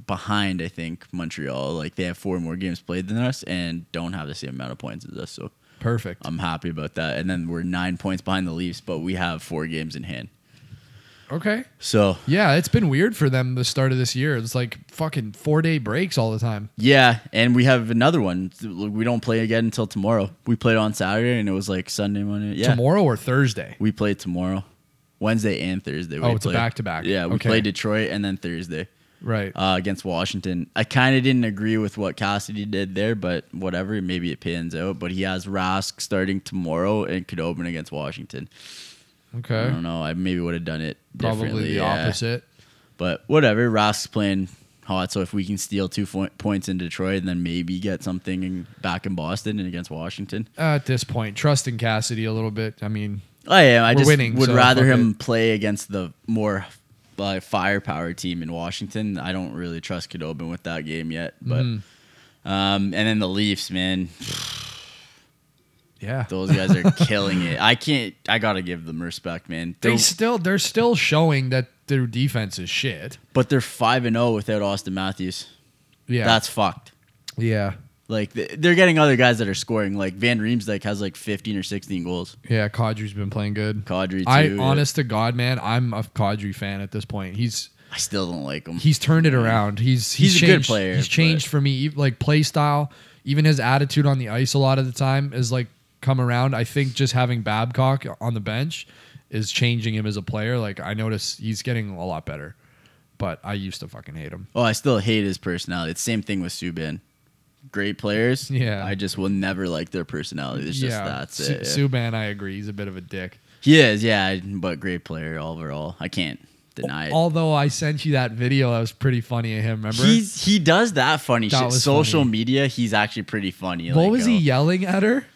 [SPEAKER 3] behind. I think Montreal like they have four more games played than us and don't have the same amount of points as us. So
[SPEAKER 1] Perfect.
[SPEAKER 3] I'm happy about that. And then we're nine points behind the Leafs, but we have four games in hand.
[SPEAKER 1] okay.
[SPEAKER 3] So
[SPEAKER 1] Yeah, it's been weird for them the start of this year. It's like fucking four day breaks all the time.
[SPEAKER 3] yeah, and we have another one. We don't play again until tomorrow. We played on Saturday and it was like Sunday, Monday. Yeah,
[SPEAKER 1] Tomorrow or Thursday.
[SPEAKER 3] we played tomorrow. Wednesday and Thursday. we
[SPEAKER 1] Oh, it's a
[SPEAKER 3] played.
[SPEAKER 1] back-to-back.
[SPEAKER 3] Yeah, we
[SPEAKER 1] Okay.
[SPEAKER 3] played Detroit and then Thursday.
[SPEAKER 1] Right.
[SPEAKER 3] uh, against Washington. I kind of didn't agree with what Cassidy did there, but whatever. Maybe it pans out. But he has Rask starting tomorrow and could open against Washington. I
[SPEAKER 1] okay.
[SPEAKER 3] don't know. I maybe would have done it
[SPEAKER 1] Probably
[SPEAKER 3] differently,
[SPEAKER 1] the
[SPEAKER 3] yeah.
[SPEAKER 1] opposite.
[SPEAKER 3] But whatever. Rask's playing hot, so if we can steal two fo- points in Detroit, then maybe get something in, back in Boston and against Washington.
[SPEAKER 1] at this point, trusting Cassidy a little bit. I mean,
[SPEAKER 3] I am. Oh, I
[SPEAKER 1] We're
[SPEAKER 3] just
[SPEAKER 1] winning,
[SPEAKER 3] would
[SPEAKER 1] so
[SPEAKER 3] rather
[SPEAKER 1] fuck
[SPEAKER 3] him play against the more uh, firepower team in Washington. I don't really trust Kadobin with that game yet, but.
[SPEAKER 1] Mm.
[SPEAKER 3] Um, and then the Leafs, man,
[SPEAKER 1] yeah,
[SPEAKER 3] those guys are killing it. I can't. I gotta give them respect, man.
[SPEAKER 1] they
[SPEAKER 3] They're-
[SPEAKER 1] still they're still showing that their defense is shit.
[SPEAKER 3] but they're five and zero without Austin Matthews.
[SPEAKER 1] Yeah,
[SPEAKER 3] That's fucked.
[SPEAKER 1] yeah,
[SPEAKER 3] Like th- they're getting other guys that are scoring. Like Van Riemsdyk has like fifteen or sixteen goals.
[SPEAKER 1] yeah. Kadri's been playing good.
[SPEAKER 3] Kadri, too.
[SPEAKER 1] I
[SPEAKER 3] yeah.
[SPEAKER 1] honest to God, man, I'm a Kadri fan at this point. He's
[SPEAKER 3] I still don't like him.
[SPEAKER 1] he's turned it around. He's he's,
[SPEAKER 3] Mm-hmm. He's a
[SPEAKER 1] changed,
[SPEAKER 3] good player,
[SPEAKER 1] He's changed
[SPEAKER 3] but-
[SPEAKER 1] for me, ev- like play style, even his attitude on the ice a lot of the time is like come around. I think just having Babcock on the bench is changing him as a player. Like I notice he's getting a lot better, but I used to fucking hate him.
[SPEAKER 3] oh, I still hate his personality. It's same thing with Subban. Great players.
[SPEAKER 1] Yeah.
[SPEAKER 3] I just will never like their personality. It's just that's
[SPEAKER 1] Su-
[SPEAKER 3] it. yeah.
[SPEAKER 1] Subban, I agree. He's a bit of a dick.
[SPEAKER 3] he is, yeah, but great player overall. I can't deny it.
[SPEAKER 1] Although I sent you that video, that was pretty funny of him. Remember?
[SPEAKER 3] He's he does that funny
[SPEAKER 1] That
[SPEAKER 3] shit.
[SPEAKER 1] was
[SPEAKER 3] Social
[SPEAKER 1] funny.
[SPEAKER 3] media, he's actually pretty funny.
[SPEAKER 1] what
[SPEAKER 3] like,
[SPEAKER 1] was
[SPEAKER 3] oh,
[SPEAKER 1] he yelling at her?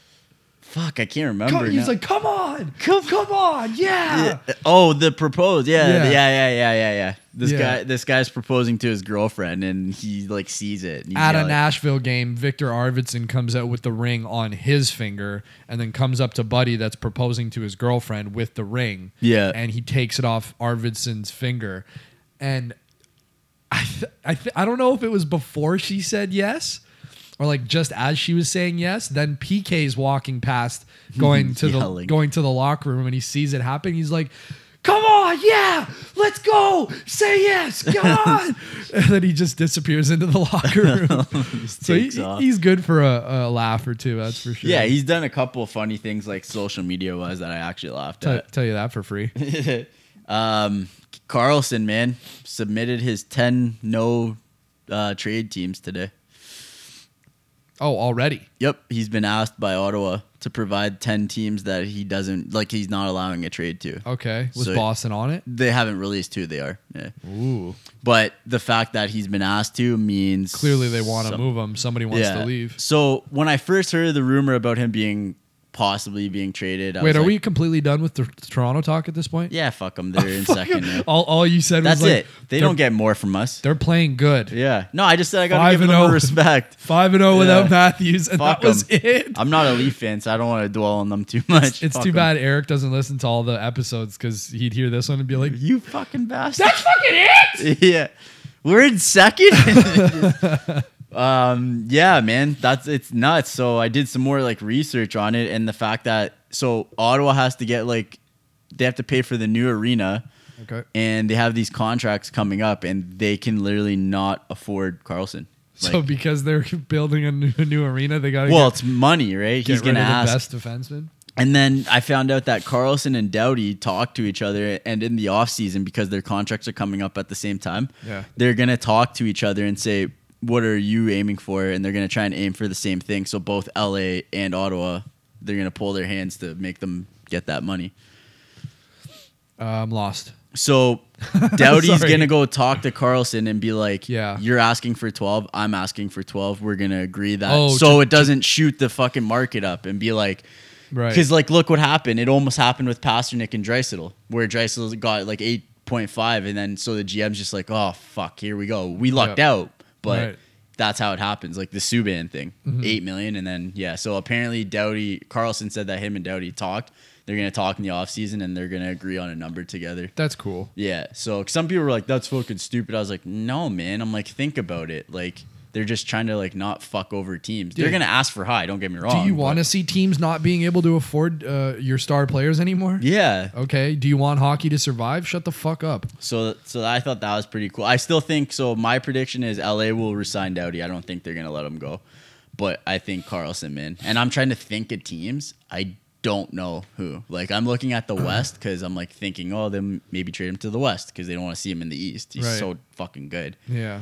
[SPEAKER 3] Fuck, I can't
[SPEAKER 1] Come-
[SPEAKER 3] remember.
[SPEAKER 1] he's
[SPEAKER 3] now.
[SPEAKER 1] like, "Come on, come, come on, yeah."
[SPEAKER 3] Yeah. oh, the propose. Yeah,
[SPEAKER 1] Yeah.
[SPEAKER 3] yeah, yeah, yeah, yeah, yeah. This
[SPEAKER 1] Yeah.
[SPEAKER 3] guy, this guy's proposing to his girlfriend, and he like sees it. and he's
[SPEAKER 1] At a
[SPEAKER 3] yelling.
[SPEAKER 1] Nashville game, Victor Arvidsson comes out with the ring on his finger, and then comes up to Buddy that's proposing to his girlfriend with the ring.
[SPEAKER 3] Yeah.
[SPEAKER 1] and he takes it off Arvidsson's finger, and I th- I th- I don't know if it was before she said yes or like just as she was saying yes. Then PK's walking past, going to the
[SPEAKER 3] Yelling.
[SPEAKER 1] going to the locker room, and he sees it happen. He's like. Come on, yeah, let's go. Say yes, come on. and then he just disappears into the locker room.
[SPEAKER 3] Just
[SPEAKER 1] so he,
[SPEAKER 3] takes off.
[SPEAKER 1] he's good for a, a laugh or two, that's for sure.
[SPEAKER 3] yeah, he's done a couple funny things like social media wise that I actually laughed
[SPEAKER 1] T-
[SPEAKER 3] at.
[SPEAKER 1] tell you that for free.
[SPEAKER 3] Um, Carlson, man, submitted his ten no uh, trade teams today.
[SPEAKER 1] Oh, already.
[SPEAKER 3] Yep, he's been asked by Ottawa to provide ten teams that he doesn't like. He's not allowing a trade to.
[SPEAKER 1] Okay. Was
[SPEAKER 3] So-
[SPEAKER 1] Boston on it?
[SPEAKER 3] They haven't released who they are. Yeah.
[SPEAKER 1] Ooh.
[SPEAKER 3] But the fact that he's been asked to means
[SPEAKER 1] Clearly they want to
[SPEAKER 3] some-
[SPEAKER 1] move him. Somebody wants to leave.
[SPEAKER 3] So when I first heard the rumor about him being possibly being traded, I
[SPEAKER 1] Wait,
[SPEAKER 3] was
[SPEAKER 1] are
[SPEAKER 3] like,
[SPEAKER 1] we completely done with the Toronto talk at this point?
[SPEAKER 3] Yeah, fuck him. They're in second. now.
[SPEAKER 1] all, all you said
[SPEAKER 3] That's
[SPEAKER 1] was like
[SPEAKER 3] it. They
[SPEAKER 1] they're-
[SPEAKER 3] don't get more from us.
[SPEAKER 1] They're playing good.
[SPEAKER 3] Yeah. No, I just said I gotta
[SPEAKER 1] Five
[SPEAKER 3] give
[SPEAKER 1] and
[SPEAKER 3] them more
[SPEAKER 1] oh.
[SPEAKER 3] respect.
[SPEAKER 1] Five and zero without
[SPEAKER 3] Yeah.
[SPEAKER 1] Matthews, and
[SPEAKER 3] Fuck
[SPEAKER 1] that was
[SPEAKER 3] 'em.
[SPEAKER 1] it.
[SPEAKER 3] I'm not a Leaf fan, so I don't want to dwell on them too much.
[SPEAKER 1] it's
[SPEAKER 3] Fuck
[SPEAKER 1] too
[SPEAKER 3] 'em.
[SPEAKER 1] bad Eric doesn't listen to all the episodes because he'd hear this one and be like,
[SPEAKER 3] You fucking bastard. That's fucking it. yeah. We're in second. um, yeah, man. That's it's nuts. So I did some more like research on it and the fact that so Ottawa has to get like they have to pay for the new arena
[SPEAKER 1] Okay.
[SPEAKER 3] and they have these contracts coming up and they can literally not afford Carlson.
[SPEAKER 1] so
[SPEAKER 3] Like,
[SPEAKER 1] because they're building a new, a new arena, they got to
[SPEAKER 3] well,
[SPEAKER 1] get,
[SPEAKER 3] it's money, right?
[SPEAKER 1] get
[SPEAKER 3] He's
[SPEAKER 1] rid
[SPEAKER 3] gonna
[SPEAKER 1] of
[SPEAKER 3] ask.
[SPEAKER 1] the best defenseman.
[SPEAKER 3] And then I found out that Carlson and Doughty talk to each other and in the offseason because their contracts are coming up at the same time.
[SPEAKER 1] Yeah.
[SPEAKER 3] They're going to talk to each other and say, "What are you aiming for?" and they're going to try and aim for the same thing. So both LA and Ottawa, they're going to pull their hands to make them get that money.
[SPEAKER 1] Uh, I'm lost.
[SPEAKER 3] So Doughty's
[SPEAKER 1] Sorry.
[SPEAKER 3] going to go talk to Carlson and be like,
[SPEAKER 1] Yeah.
[SPEAKER 3] you're asking for 12, I'm asking for 12. We're going to agree that."
[SPEAKER 1] Oh,
[SPEAKER 3] so
[SPEAKER 1] to-
[SPEAKER 3] it doesn't shoot the fucking market up and be like,
[SPEAKER 1] Right.
[SPEAKER 3] because like, look what happened. It almost happened with Pasternak and Dreisaitl, where Dreisaitl got like eight point five, and then so the GM's just like, oh fuck, here we go. We lucked
[SPEAKER 1] Yeah.
[SPEAKER 3] out, but
[SPEAKER 1] Right. Mm-hmm.
[SPEAKER 3] that's how it happens. Like the Subban thing, Eight million, and then yeah. So apparently, Doughty Carlson said that him and Doughty talked. They're gonna talk in the offseason and they're gonna agree on a number together.
[SPEAKER 1] That's cool.
[SPEAKER 3] Yeah. So 'cause some people were like, "That's fucking stupid." I was like, "No, man." I'm like, think about it. Like they're just trying to like not fuck over teams. They're
[SPEAKER 1] Dude.
[SPEAKER 3] gonna ask for high. Don't get me
[SPEAKER 1] Do
[SPEAKER 3] wrong.
[SPEAKER 1] you want
[SPEAKER 3] but-
[SPEAKER 1] to see teams not being able to afford uh, your star players anymore?
[SPEAKER 3] Yeah.
[SPEAKER 1] Okay. Do you want hockey to survive? Shut the fuck up.
[SPEAKER 3] So so I thought that was pretty cool. I still think so. My prediction is LA will resign Doughty. I don't think they're gonna let him go, but I think Carlson man. And I'm trying to think of teams. I don't know who. Like I'm looking at
[SPEAKER 1] Uh-huh.
[SPEAKER 3] the West because I'm like thinking, oh, then maybe trade him to the West because they don't want to see him in the East. He's
[SPEAKER 1] Right.
[SPEAKER 3] so fucking good.
[SPEAKER 1] Yeah.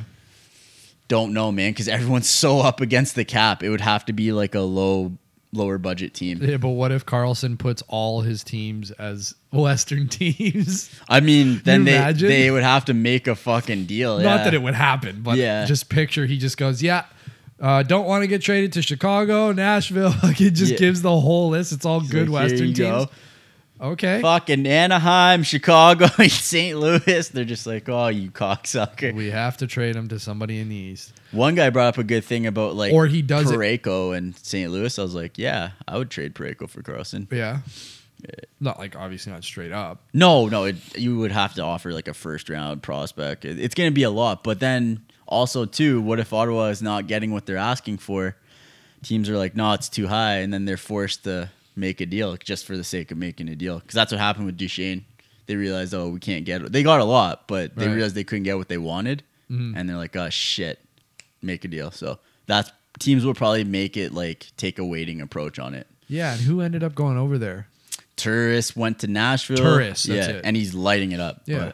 [SPEAKER 3] Don't know, man, because everyone's so up against the cap. It would have to be like a low lower budget team.
[SPEAKER 1] Yeah, but what if Carlson puts all his teams as Western teams?
[SPEAKER 3] I mean, then
[SPEAKER 1] you
[SPEAKER 3] they
[SPEAKER 1] imagine?
[SPEAKER 3] they would have to make a fucking deal.
[SPEAKER 1] Not
[SPEAKER 3] yeah.
[SPEAKER 1] that it would happen, but
[SPEAKER 3] Yeah.
[SPEAKER 1] just picture he just goes, yeah. Uh, don't want to get traded to Chicago, Nashville. Like it just
[SPEAKER 3] Yeah.
[SPEAKER 1] gives the whole list. It's all good
[SPEAKER 3] like, "Here
[SPEAKER 1] Western
[SPEAKER 3] you
[SPEAKER 1] teams.
[SPEAKER 3] go."
[SPEAKER 1] Okay,
[SPEAKER 3] fucking Anaheim, Chicago, St. Louis. They're just like, oh, you cocksucker.
[SPEAKER 1] we have to trade him to somebody in the East.
[SPEAKER 3] One guy brought up a good thing about like,
[SPEAKER 1] Or he does it-
[SPEAKER 3] Pareko and St. Louis. I was like, yeah, I would trade Pareko for Carlson.
[SPEAKER 1] Yeah, not like obviously not straight up.
[SPEAKER 3] No, no, it, you would have to offer like a first round prospect. It- it's going to be a lot, but then also too, what if Ottawa is not getting what they're asking for? Teams are like, no, it's too high, and then they're forced to make a deal just for the sake of making a deal because that's what happened with Duchesne. They realized, oh, we can't get. They got a lot, but they
[SPEAKER 1] Right.
[SPEAKER 3] realized they couldn't get what they wanted, and they're like, oh shit, make a deal. So that's teams will probably make it like take a waiting approach on it.
[SPEAKER 1] Yeah, and who ended up going over there?
[SPEAKER 3] Tourist went to Nashville.
[SPEAKER 1] Turris, that's
[SPEAKER 3] yeah,
[SPEAKER 1] it.
[SPEAKER 3] and he's lighting it up.
[SPEAKER 1] Yeah.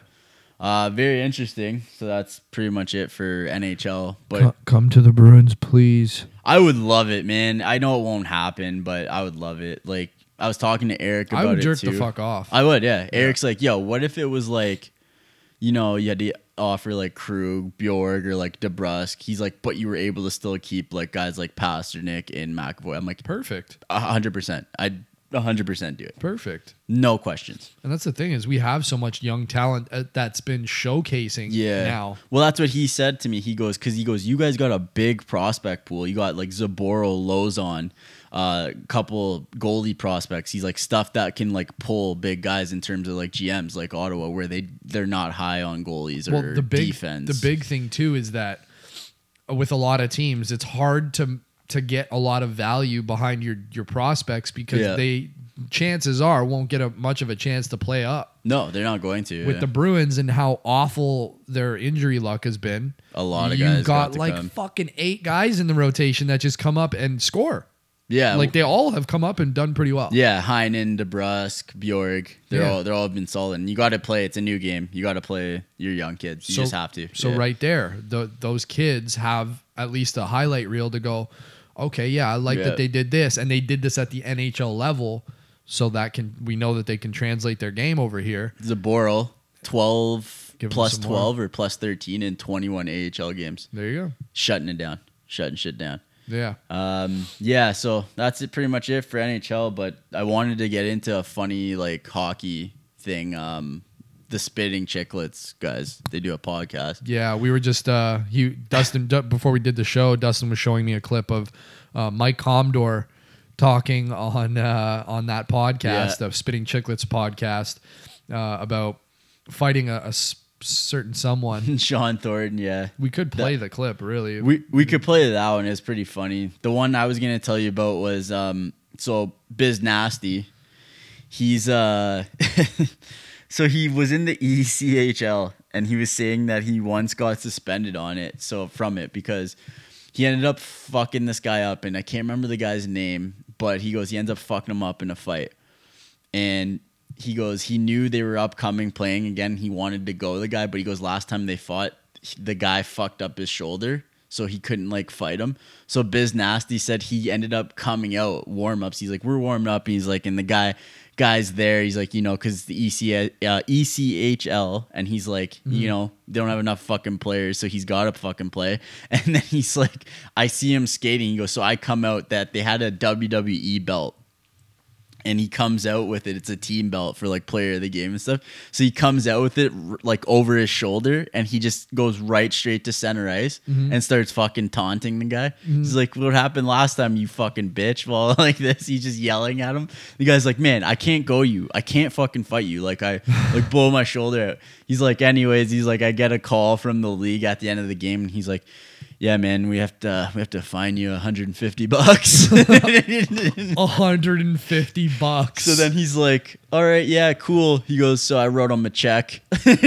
[SPEAKER 3] but, uh, very interesting. So that's pretty much it for NHL. But
[SPEAKER 1] Co- come to the Bruins, please.
[SPEAKER 3] I would love it, man. I know it won't happen, but I would love it. Like I was talking to Eric
[SPEAKER 1] I
[SPEAKER 3] about
[SPEAKER 1] would
[SPEAKER 3] it
[SPEAKER 1] jerk the
[SPEAKER 3] too.
[SPEAKER 1] fuck off.
[SPEAKER 3] I would, yeah. Eric's like, yo, what if it was like, you know, you had to offer like Krug, Bjorg, or like DeBrusque. He's like, but you were able to still keep like guys like Pasternak and McAvoy. I'm like,
[SPEAKER 1] perfect,
[SPEAKER 3] hundred percent. I'd hundred percent do it.
[SPEAKER 1] perfect.
[SPEAKER 3] No questions.
[SPEAKER 1] And that's the thing is we have so much young talent uh, that's been showcasing.
[SPEAKER 3] Yeah.
[SPEAKER 1] now
[SPEAKER 3] Well, that's what he said to me. He goes, because he goes, you guys got a big prospect pool. You got like Zaboro, Lozon, a uh, couple goalie prospects. He's like stuff that can like pull big guys in terms of like GMs like Ottawa, where they they're not high on goalies or
[SPEAKER 1] the big
[SPEAKER 3] defense.
[SPEAKER 1] the big thing too is that with a lot of teams it's hard to to get a lot of value behind your your prospects because
[SPEAKER 3] Yeah.
[SPEAKER 1] they chances are won't get a much of a chance to play up
[SPEAKER 3] no, they're not going to
[SPEAKER 1] with
[SPEAKER 3] yeah.
[SPEAKER 1] the Bruins and how awful their injury luck has been.
[SPEAKER 3] A lot of
[SPEAKER 1] you
[SPEAKER 3] guys got
[SPEAKER 1] got
[SPEAKER 3] to
[SPEAKER 1] like
[SPEAKER 3] come.
[SPEAKER 1] fucking eight guys in the rotation that just come up and score.
[SPEAKER 3] yeah
[SPEAKER 1] Like they all have come up and done pretty well.
[SPEAKER 3] yeah Heinen, DeBrusque, Bjorg. They're
[SPEAKER 1] Yeah.
[SPEAKER 3] all they're all been solid. And you got to play. It's a new game. You got to play your young kids. You just have to.
[SPEAKER 1] So
[SPEAKER 3] Yeah.
[SPEAKER 1] right there, tho- those kids have at least a highlight reel to go. Okay, yeah, I like
[SPEAKER 3] Yeah.
[SPEAKER 1] that they did this, and they did this at the NHL level, so that can we know that they can translate their game over here.
[SPEAKER 3] Zaboral, 12
[SPEAKER 1] Give him
[SPEAKER 3] plus
[SPEAKER 1] some
[SPEAKER 3] 12 or plus 13 in 21 AHL games.
[SPEAKER 1] There you go.
[SPEAKER 3] Shutting it down. Shutting shit down.
[SPEAKER 1] Yeah,
[SPEAKER 3] Um, yeah, so that's it, pretty much it for NHL. But I wanted to get into a funny, like, hockey thing. Um, the Spitting Chicklets guys, they do a podcast.
[SPEAKER 1] yeah. We were just uh, he Dustin d- before we did the show. Dustin was showing me a clip of uh, Mike Comdor talking on uh, on that podcast
[SPEAKER 3] Yeah.
[SPEAKER 1] of Spitting Chicklets podcast uh, about fighting a, a s- certain someone.
[SPEAKER 3] Sean Thornton, yeah.
[SPEAKER 1] We could play the clip, really.
[SPEAKER 3] We we could play that one. It's pretty funny. The one I was gonna tell you about was um so Biz Nasty. he's uh so he was in the E ECHL and he was saying that he once got suspended on it so from it because he ended up fucking this guy up and I can't remember the guy's name but he goes he ends up fucking him up in a fight and he goes he knew they were upcoming playing again he wanted to go the guy but he goes last time they fought the guy fucked up his shoulder so he couldn't like fight him so biz nasty said he ended up coming out warm-ups he's like we're warming up and he's like and the guy guy's there he's like you know because the EC, uh, echl and he's like you know they don't have enough fucking players so he's gotta fucking play and then he's like i see him skating he goes so i come out that they had a wwe belt and he comes out with it. It's a team belt for like player of the game and stuff. So he comes out with it r- like over his shoulder, and he just goes right straight to center ice and starts fucking taunting the guy. He's like, "What happened last time, you fucking bitch?" Well, like this, he's just yelling at him. The guy's like, "Man, I can't go you. I can't fucking fight you. Like I like blow my shoulder out." He's like, "Anyways, he's like, I get a call from the league at the end of the game, and he's like." Yeah, man, we have to we have to fine you 150 bucks.
[SPEAKER 1] 150 bucks.
[SPEAKER 3] So then he's like, "All right, yeah, cool." He goes, "So I wrote him a check." Dude,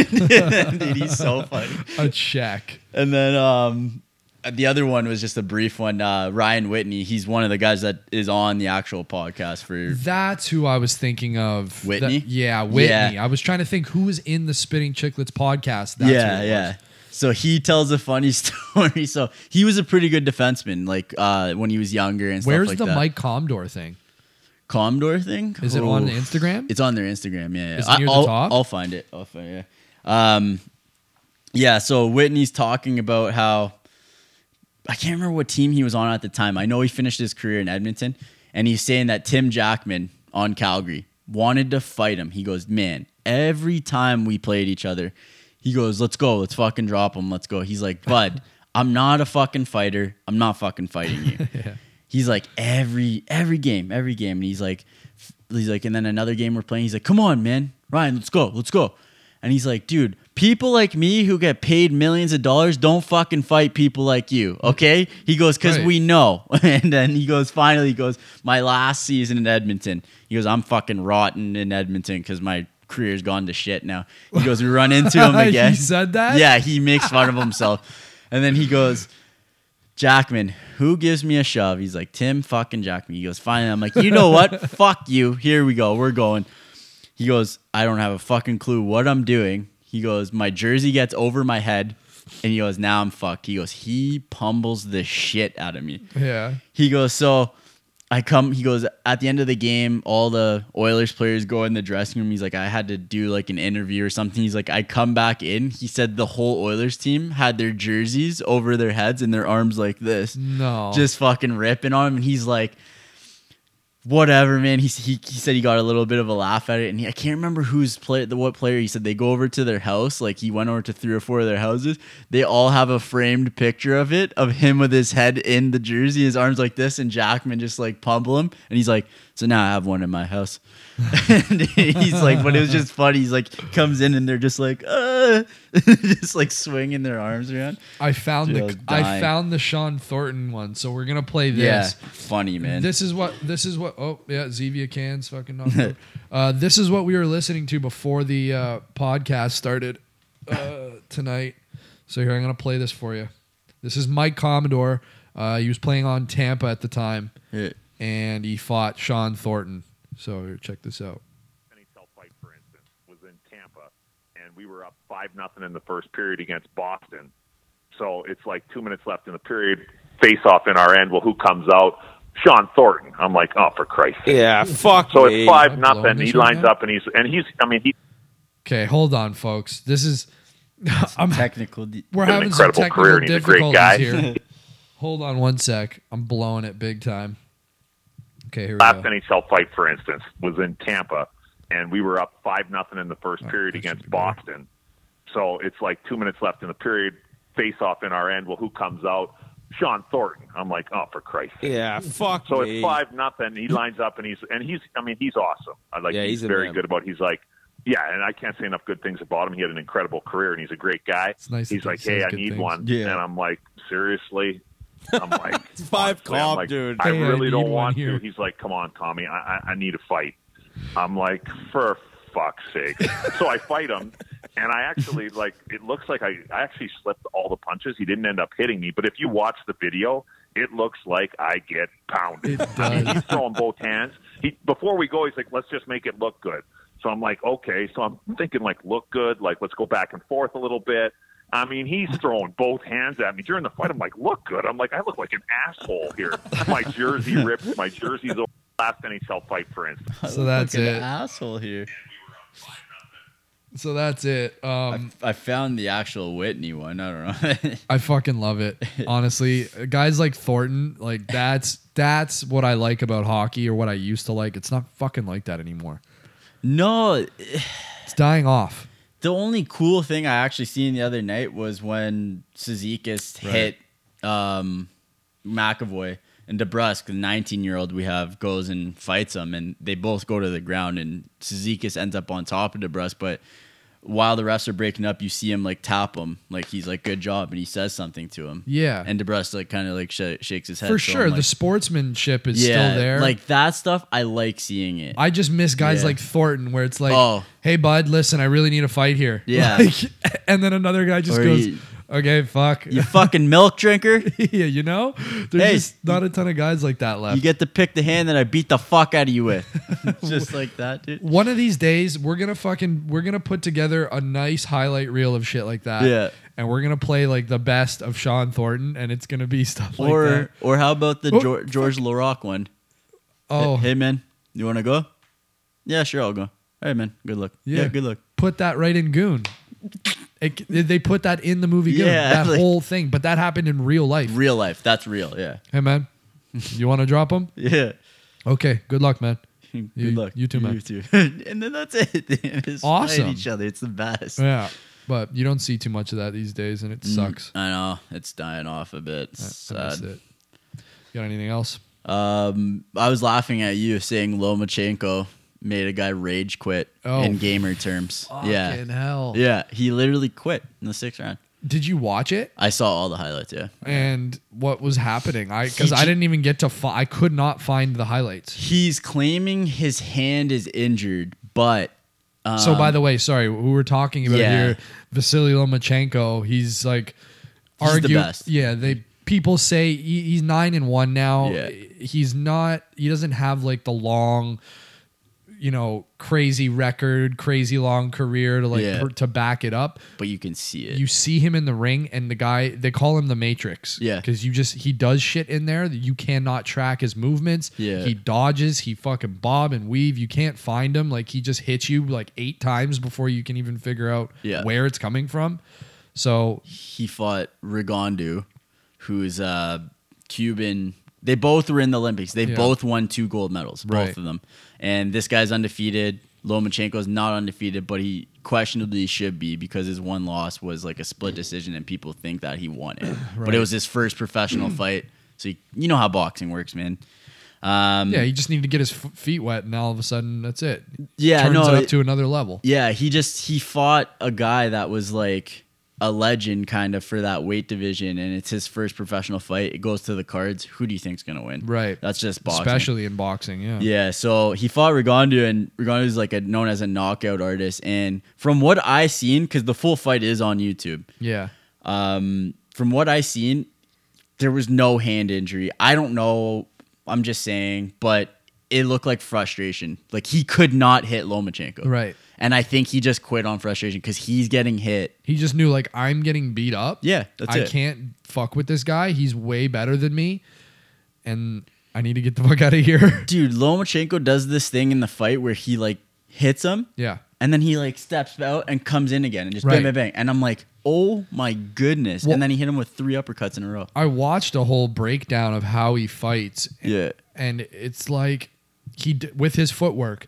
[SPEAKER 3] he's so funny.
[SPEAKER 1] a check.
[SPEAKER 3] And then um, the other one was just a brief one. Uh, Ryan Whitney, he's one of the guys that is on the actual podcast for.
[SPEAKER 1] That's who I was thinking of.
[SPEAKER 3] Whitney?
[SPEAKER 1] That- yeah, Whitney.
[SPEAKER 3] Yeah.
[SPEAKER 1] I was trying to think who was in the Spitting Chicklets podcast. That's
[SPEAKER 3] yeah,
[SPEAKER 1] who it
[SPEAKER 3] yeah.
[SPEAKER 1] was.
[SPEAKER 3] So he tells a funny story. So he was a pretty good defenseman, like uh, when he was younger and stuff
[SPEAKER 1] Where's
[SPEAKER 3] like
[SPEAKER 1] the
[SPEAKER 3] that.
[SPEAKER 1] Mike Commodore thing?
[SPEAKER 3] Commodore thing? Oh.
[SPEAKER 1] Is it on
[SPEAKER 3] Oof.
[SPEAKER 1] Instagram?
[SPEAKER 3] It's on their Instagram. Yeah, yeah.
[SPEAKER 1] Is it near the
[SPEAKER 3] I'll,
[SPEAKER 1] top?
[SPEAKER 3] I'll find it. I'll find it. Yeah. Um, yeah. So Whitney's talking about how I can't remember what team he was on at the time. I know he finished his career in Edmonton, and he's saying that Tim Jackman on Calgary wanted to fight him. He goes, man, every time we played each other, he goes, let's go, let's fucking drop him, let's go. He's like, bud, I'm not a fucking fighter. I'm not fucking fighting you. He's like every every game, every game, and he's like, he's like, and then another game we're playing. He's like, come on, man, Ryan, let's go, let's go. And he's like, dude, people like me who get paid millions of dollars don't fucking fight people like you, okay? He goes, because
[SPEAKER 1] Right.
[SPEAKER 3] we know. And then he goes, finally, he goes, my last season in Edmonton. He goes, I'm fucking rotten in Edmonton because my career's gone to shit now. He goes, we run into him
[SPEAKER 1] He
[SPEAKER 3] again.
[SPEAKER 1] said that?
[SPEAKER 3] Yeah, he makes fun of himself. And then he goes, Jackman, who gives me a shove? He's like, Tim fucking Jackman. He goes, finally. I'm like, you know what? Fuck you. Here we go. We're going. He goes, I don't have a fucking clue what I'm doing. He goes, my jersey gets over my head. And he goes, now I'm fucked. He goes, he pummels the shit out of me.
[SPEAKER 1] Yeah.
[SPEAKER 3] He goes, so I come. He goes at the end of the game. All the Oilers players go in the dressing room. He's like, I had to do like an interview or something. He's like, I come back in. He said the whole Oilers team had their jerseys over their heads and their arms like this,
[SPEAKER 1] No.
[SPEAKER 3] just fucking ripping on him. And he's like, whatever, man. He, he he said he got a little bit of a laugh at it, and he, I can't remember who's play the what player. He said they go over to their house, like he went over to three or four of their houses. They all have a framed picture of it of him with his head in the jersey, his arms like this, and Jackman just like pummel him, and he's like, so now I have one in my house. and he's like, but it was just funny. He's like, comes in and they're just like, uh, just like swinging their arms around.
[SPEAKER 1] I found the
[SPEAKER 3] Just
[SPEAKER 1] I
[SPEAKER 3] dying.
[SPEAKER 1] found the Sean Thornton one. So we're gonna play
[SPEAKER 3] Yeah,
[SPEAKER 1] this.
[SPEAKER 3] funny man.
[SPEAKER 1] This is what this is what oh yeah Zevia cans fucking knocked out. uh, this is what we were listening to before the uh, podcast started uh, tonight. So here I'm gonna play this for you. This is Mike Commodore. Uh, he was playing on Tampa at the time,
[SPEAKER 3] Yeah.
[SPEAKER 1] and he fought Sean Thornton. So here, check this out.
[SPEAKER 4] NHL fight, for instance, was in Tampa, and we were up five nothing in the first period against Boston. So it's like two minutes left in the period. Face off in our end. Well, who comes out? Sean Thornton. I'm like, oh, for Christ's sake.
[SPEAKER 5] Yeah, fuck
[SPEAKER 4] So
[SPEAKER 5] me.
[SPEAKER 4] it's five
[SPEAKER 1] Am I blowing
[SPEAKER 4] nothing. He
[SPEAKER 1] this right
[SPEAKER 4] lines
[SPEAKER 1] now?
[SPEAKER 4] up and he's and he's. I mean, he
[SPEAKER 1] Okay, hold on, folks. This is I'm
[SPEAKER 3] Technical. De-
[SPEAKER 1] we're
[SPEAKER 4] He's got an
[SPEAKER 1] having some technical
[SPEAKER 4] incredible career and he's a
[SPEAKER 1] difficulties
[SPEAKER 4] great guy.
[SPEAKER 1] here. Hold on one sec. I'm blowing it big time. Okay, here we
[SPEAKER 4] last
[SPEAKER 1] go.
[SPEAKER 4] NHL fight, for instance, was in Tampa, and we were up five nothing in the first period
[SPEAKER 1] Oh, that should
[SPEAKER 4] against
[SPEAKER 1] be better.
[SPEAKER 4] Boston. So it's like two minutes left in the period. Face off in our end. Well, who comes out? Sean Thornton. I'm like, oh, for Christ's sake.
[SPEAKER 5] yeah, fuck
[SPEAKER 4] So
[SPEAKER 5] me.
[SPEAKER 4] it's five nothing. He lines up and he's and he's I mean he's awesome. I like
[SPEAKER 5] Yeah,
[SPEAKER 4] he's,
[SPEAKER 5] he's a
[SPEAKER 4] very
[SPEAKER 5] man.
[SPEAKER 4] good about. He's like yeah, and I can't say enough good things about him. He had an incredible career and he's a great guy.
[SPEAKER 1] It's nice that
[SPEAKER 4] he's
[SPEAKER 1] he
[SPEAKER 4] like hey
[SPEAKER 1] says
[SPEAKER 4] I
[SPEAKER 1] good
[SPEAKER 4] need
[SPEAKER 1] things.
[SPEAKER 4] one,
[SPEAKER 3] Yeah.
[SPEAKER 4] and I'm like seriously. I'm like
[SPEAKER 5] five
[SPEAKER 4] honestly, I'm
[SPEAKER 5] calm,
[SPEAKER 4] like,
[SPEAKER 5] dude.
[SPEAKER 4] I
[SPEAKER 1] Hey, I
[SPEAKER 4] really
[SPEAKER 1] need
[SPEAKER 4] don't
[SPEAKER 1] one
[SPEAKER 4] want
[SPEAKER 1] here.
[SPEAKER 4] to. He's like come on Tommy I I, I need a fight. I'm like, for fuck's sake. so I fight him, and I actually, like, it looks like I, I actually slipped all the punches. He didn't end up hitting me, but if you watch the video, it looks like I get pounded.
[SPEAKER 1] It
[SPEAKER 4] I mean,
[SPEAKER 1] does.
[SPEAKER 4] he's throwing both hands. He before we go, he's like, let's just make it look good. So I'm like, okay. So I'm thinking like, look good. Like, let's go back and forth a little bit. I mean, he's throwing both hands at me during the fight. I'm like, look good. I'm like, I look like an asshole here. My jersey ripped. My jersey's over. Last NHL fight, for instance.
[SPEAKER 3] I
[SPEAKER 1] So
[SPEAKER 3] look
[SPEAKER 1] that's
[SPEAKER 3] like
[SPEAKER 1] it.
[SPEAKER 3] An asshole here.
[SPEAKER 1] So that's it. Um,
[SPEAKER 3] I found the actual Whitney one. I don't know.
[SPEAKER 1] I fucking love it. Honestly, guys like Thornton, like that's that's what I like about hockey or what I used to like. It's not fucking like that anymore.
[SPEAKER 3] no,
[SPEAKER 1] It's dying off.
[SPEAKER 3] the only cool thing I actually seen the other night was when Sezikis
[SPEAKER 1] Right.
[SPEAKER 3] hit um, McAvoy and DeBrusque, the 19 year old we have, goes and fights him, and they both go to the ground, and Sezikis ends up on top of DeBrusque, but. While the refs are breaking up, you see him like tap him, like he's like "good job," and he says something to him.
[SPEAKER 1] Yeah.
[SPEAKER 3] and DeBrusque like kind of like sh- shakes his head.
[SPEAKER 1] For
[SPEAKER 3] So I'm
[SPEAKER 1] sure, the
[SPEAKER 3] like,
[SPEAKER 1] sportsmanship is still there.
[SPEAKER 3] Like that stuff, I like seeing it.
[SPEAKER 1] I just miss guys
[SPEAKER 3] Yeah.
[SPEAKER 1] like Thornton where it's like,
[SPEAKER 3] Oh.
[SPEAKER 1] "Hey bud, listen, I really need a fight here."
[SPEAKER 3] Yeah.
[SPEAKER 1] Like, and then another guy just
[SPEAKER 3] Or
[SPEAKER 1] goes,
[SPEAKER 3] you-
[SPEAKER 1] "Okay, fuck."
[SPEAKER 3] you fucking milk drinker.
[SPEAKER 1] yeah, you know? There's
[SPEAKER 3] Hey.
[SPEAKER 1] just not a ton of guys like that left.
[SPEAKER 3] You get to pick the hand that I beat the fuck out of you with. Just like that, dude.
[SPEAKER 1] one of these days we're gonna fucking we're gonna put together a nice highlight reel of shit like that.
[SPEAKER 3] Yeah.
[SPEAKER 1] And we're gonna play like the best of Sean Thornton and it's gonna be stuff like
[SPEAKER 3] or
[SPEAKER 1] that.
[SPEAKER 3] or how about the
[SPEAKER 1] Oh,
[SPEAKER 3] Geor George LaRock one?
[SPEAKER 1] Oh
[SPEAKER 3] Hey man, you wanna go? Yeah, sure, I'll go. Hey man, good luck. Yeah,
[SPEAKER 1] Yeah.
[SPEAKER 3] good luck.
[SPEAKER 1] put that right in Goon. It, they put that in the movie Goon,
[SPEAKER 3] Yeah,
[SPEAKER 1] that
[SPEAKER 3] like-
[SPEAKER 1] whole thing. But that happened in real life.
[SPEAKER 3] Real life. That's real, yeah.
[SPEAKER 1] hey man, you wanna drop him?
[SPEAKER 3] Yeah.
[SPEAKER 1] Okay, good luck, man.
[SPEAKER 3] Good
[SPEAKER 1] You-
[SPEAKER 3] luck.
[SPEAKER 1] you too, man.
[SPEAKER 3] You too. and then that's it. They just fight
[SPEAKER 1] Awesome.
[SPEAKER 3] each other. It's the best.
[SPEAKER 1] Yeah. But you don't see too much of that these days and it sucks.
[SPEAKER 3] I know. It's dying off a bit. It's
[SPEAKER 1] I miss
[SPEAKER 3] Mm, Sad.
[SPEAKER 1] it. You got anything else?
[SPEAKER 3] Um, I was laughing at you saying Lomachenko made a guy rage quit
[SPEAKER 1] Oh.
[SPEAKER 3] in gamer terms. yeah.
[SPEAKER 1] Fucking hell.
[SPEAKER 3] Yeah, he literally quit in the sixth round.
[SPEAKER 1] Did you watch it?
[SPEAKER 3] I saw all the highlights. Yeah,
[SPEAKER 1] and what was happening. I
[SPEAKER 3] He
[SPEAKER 1] because I
[SPEAKER 3] ju-
[SPEAKER 1] didn't even get to. Fi- I could not find the highlights.
[SPEAKER 3] he's claiming his hand is injured, but um,
[SPEAKER 1] So by the way, sorry, we were talking about
[SPEAKER 3] yeah.
[SPEAKER 1] here Vasily Lomachenko. He's like
[SPEAKER 3] He's the
[SPEAKER 1] argue.
[SPEAKER 3] best.
[SPEAKER 1] Yeah, they people say he, he's nine and one now.
[SPEAKER 3] Yeah.
[SPEAKER 1] He's not. He doesn't have like the long. You know, crazy record, crazy long career to like
[SPEAKER 3] Yeah.
[SPEAKER 1] per- to back it up.
[SPEAKER 3] but you can see it.
[SPEAKER 1] you see him in the ring and the guy they call him the matrix
[SPEAKER 3] Yeah.
[SPEAKER 1] because you just he does shit in there that you cannot track his movements
[SPEAKER 3] Yeah.
[SPEAKER 1] he dodges he fucking bob and weave you can't find him like he just hits you like eight times before you can even figure out
[SPEAKER 3] Yeah.
[SPEAKER 1] where it's coming from so
[SPEAKER 3] he fought Rigondu, who's uh Cuban. They both were in the Olympics. They
[SPEAKER 1] Yeah.
[SPEAKER 3] both won two gold medals, both
[SPEAKER 1] Right.
[SPEAKER 3] of them. And this guy's undefeated. Lomachenko's not undefeated, but he questionably should be because his one loss was like a split decision, and people think that he won it. But
[SPEAKER 1] Right.
[SPEAKER 3] it was his first professional fight, so you, you know how boxing works, man. Um,
[SPEAKER 1] yeah he just needed to get his f- feet wet and all of a sudden that's it
[SPEAKER 3] Yeah,
[SPEAKER 1] turns
[SPEAKER 3] no,
[SPEAKER 1] it up
[SPEAKER 3] it-
[SPEAKER 1] to another level
[SPEAKER 3] Yeah, he just he fought a guy that was like a legend kind of for that weight division and it's his first professional fight. It goes to the cards. Who do you think's going to win?
[SPEAKER 1] Right.
[SPEAKER 3] That's just boxing.
[SPEAKER 1] especially in boxing yeah
[SPEAKER 3] Yeah, so he fought Rigondu and Rigondu's like a, known as a knockout artist and from what I seen cuz the full fight is on YouTube.
[SPEAKER 1] yeah
[SPEAKER 3] Um from what I seen there was no hand injury. I don't know. I'm just saying, but it looked like frustration. Like he could not hit Lomachenko.
[SPEAKER 1] Right.
[SPEAKER 3] And I think he just quit on frustration because he's getting hit.
[SPEAKER 1] He just knew like I'm getting beat up.
[SPEAKER 3] Yeah, that's
[SPEAKER 1] I
[SPEAKER 3] it.
[SPEAKER 1] can't fuck with this guy. He's way better than me, and I need to get the fuck out of here.
[SPEAKER 3] Dude, Lomachenko does this thing in the fight where he like hits him
[SPEAKER 1] yeah,
[SPEAKER 3] and then he like steps out and comes in again and just
[SPEAKER 1] Right.
[SPEAKER 3] bang, bang, bang. And I'm like, oh my goodness.
[SPEAKER 1] Well-
[SPEAKER 3] and then he hit him with three uppercuts in a row.
[SPEAKER 1] I watched a whole breakdown of how he fights.
[SPEAKER 3] Yeah.
[SPEAKER 1] and it's like he d- with his footwork,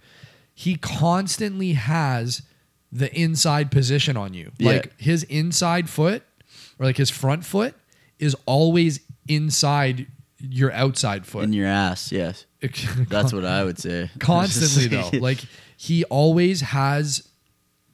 [SPEAKER 1] he constantly has the inside position on you.
[SPEAKER 3] Yeah.
[SPEAKER 1] Like his inside foot or like his front foot is always inside your outside foot.
[SPEAKER 3] In your ass, yes. That's what I would say.
[SPEAKER 1] constantly though. Like he always has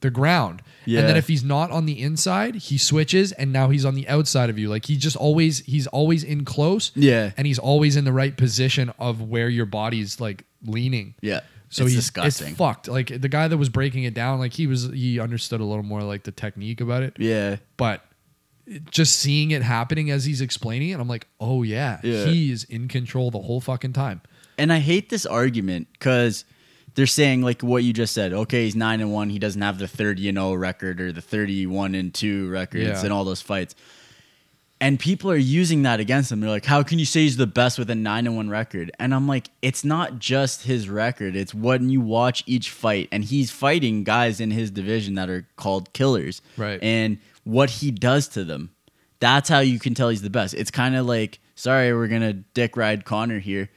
[SPEAKER 1] the ground. And then
[SPEAKER 3] Yeah.
[SPEAKER 1] if he's not on the inside, he switches and now he's on the outside of you. Like he just always he's always in close.
[SPEAKER 3] Yeah.
[SPEAKER 1] And he's always in the right position of where your body's like leaning.
[SPEAKER 3] Yeah.
[SPEAKER 1] So
[SPEAKER 3] It's
[SPEAKER 1] he's
[SPEAKER 3] disgusting.
[SPEAKER 1] It's fucked. Like the guy that was breaking it down, like he was he understood a little more like the technique about it.
[SPEAKER 3] Yeah.
[SPEAKER 1] But it- just seeing it happening as he's explaining it, I'm like, oh yeah,
[SPEAKER 3] Yeah.
[SPEAKER 1] he is in control the whole fucking time.
[SPEAKER 3] And I hate this argument because they're saying like what you just said. Okay, he's nine and one. He doesn't have the thirty and zero record or the thirty-one and two records
[SPEAKER 1] Yeah.
[SPEAKER 3] and all those fights. And people are using that against him. They're like, "How can you say he's the best with a nine and one record?" And I'm like, "It's not just his record. It's when you watch each fight, and he's fighting guys in his division that are called killers,
[SPEAKER 1] Right.
[SPEAKER 3] And what he does to them, that's how you can tell he's the best. It's kind of like, sorry, we're gonna dick ride Connor here.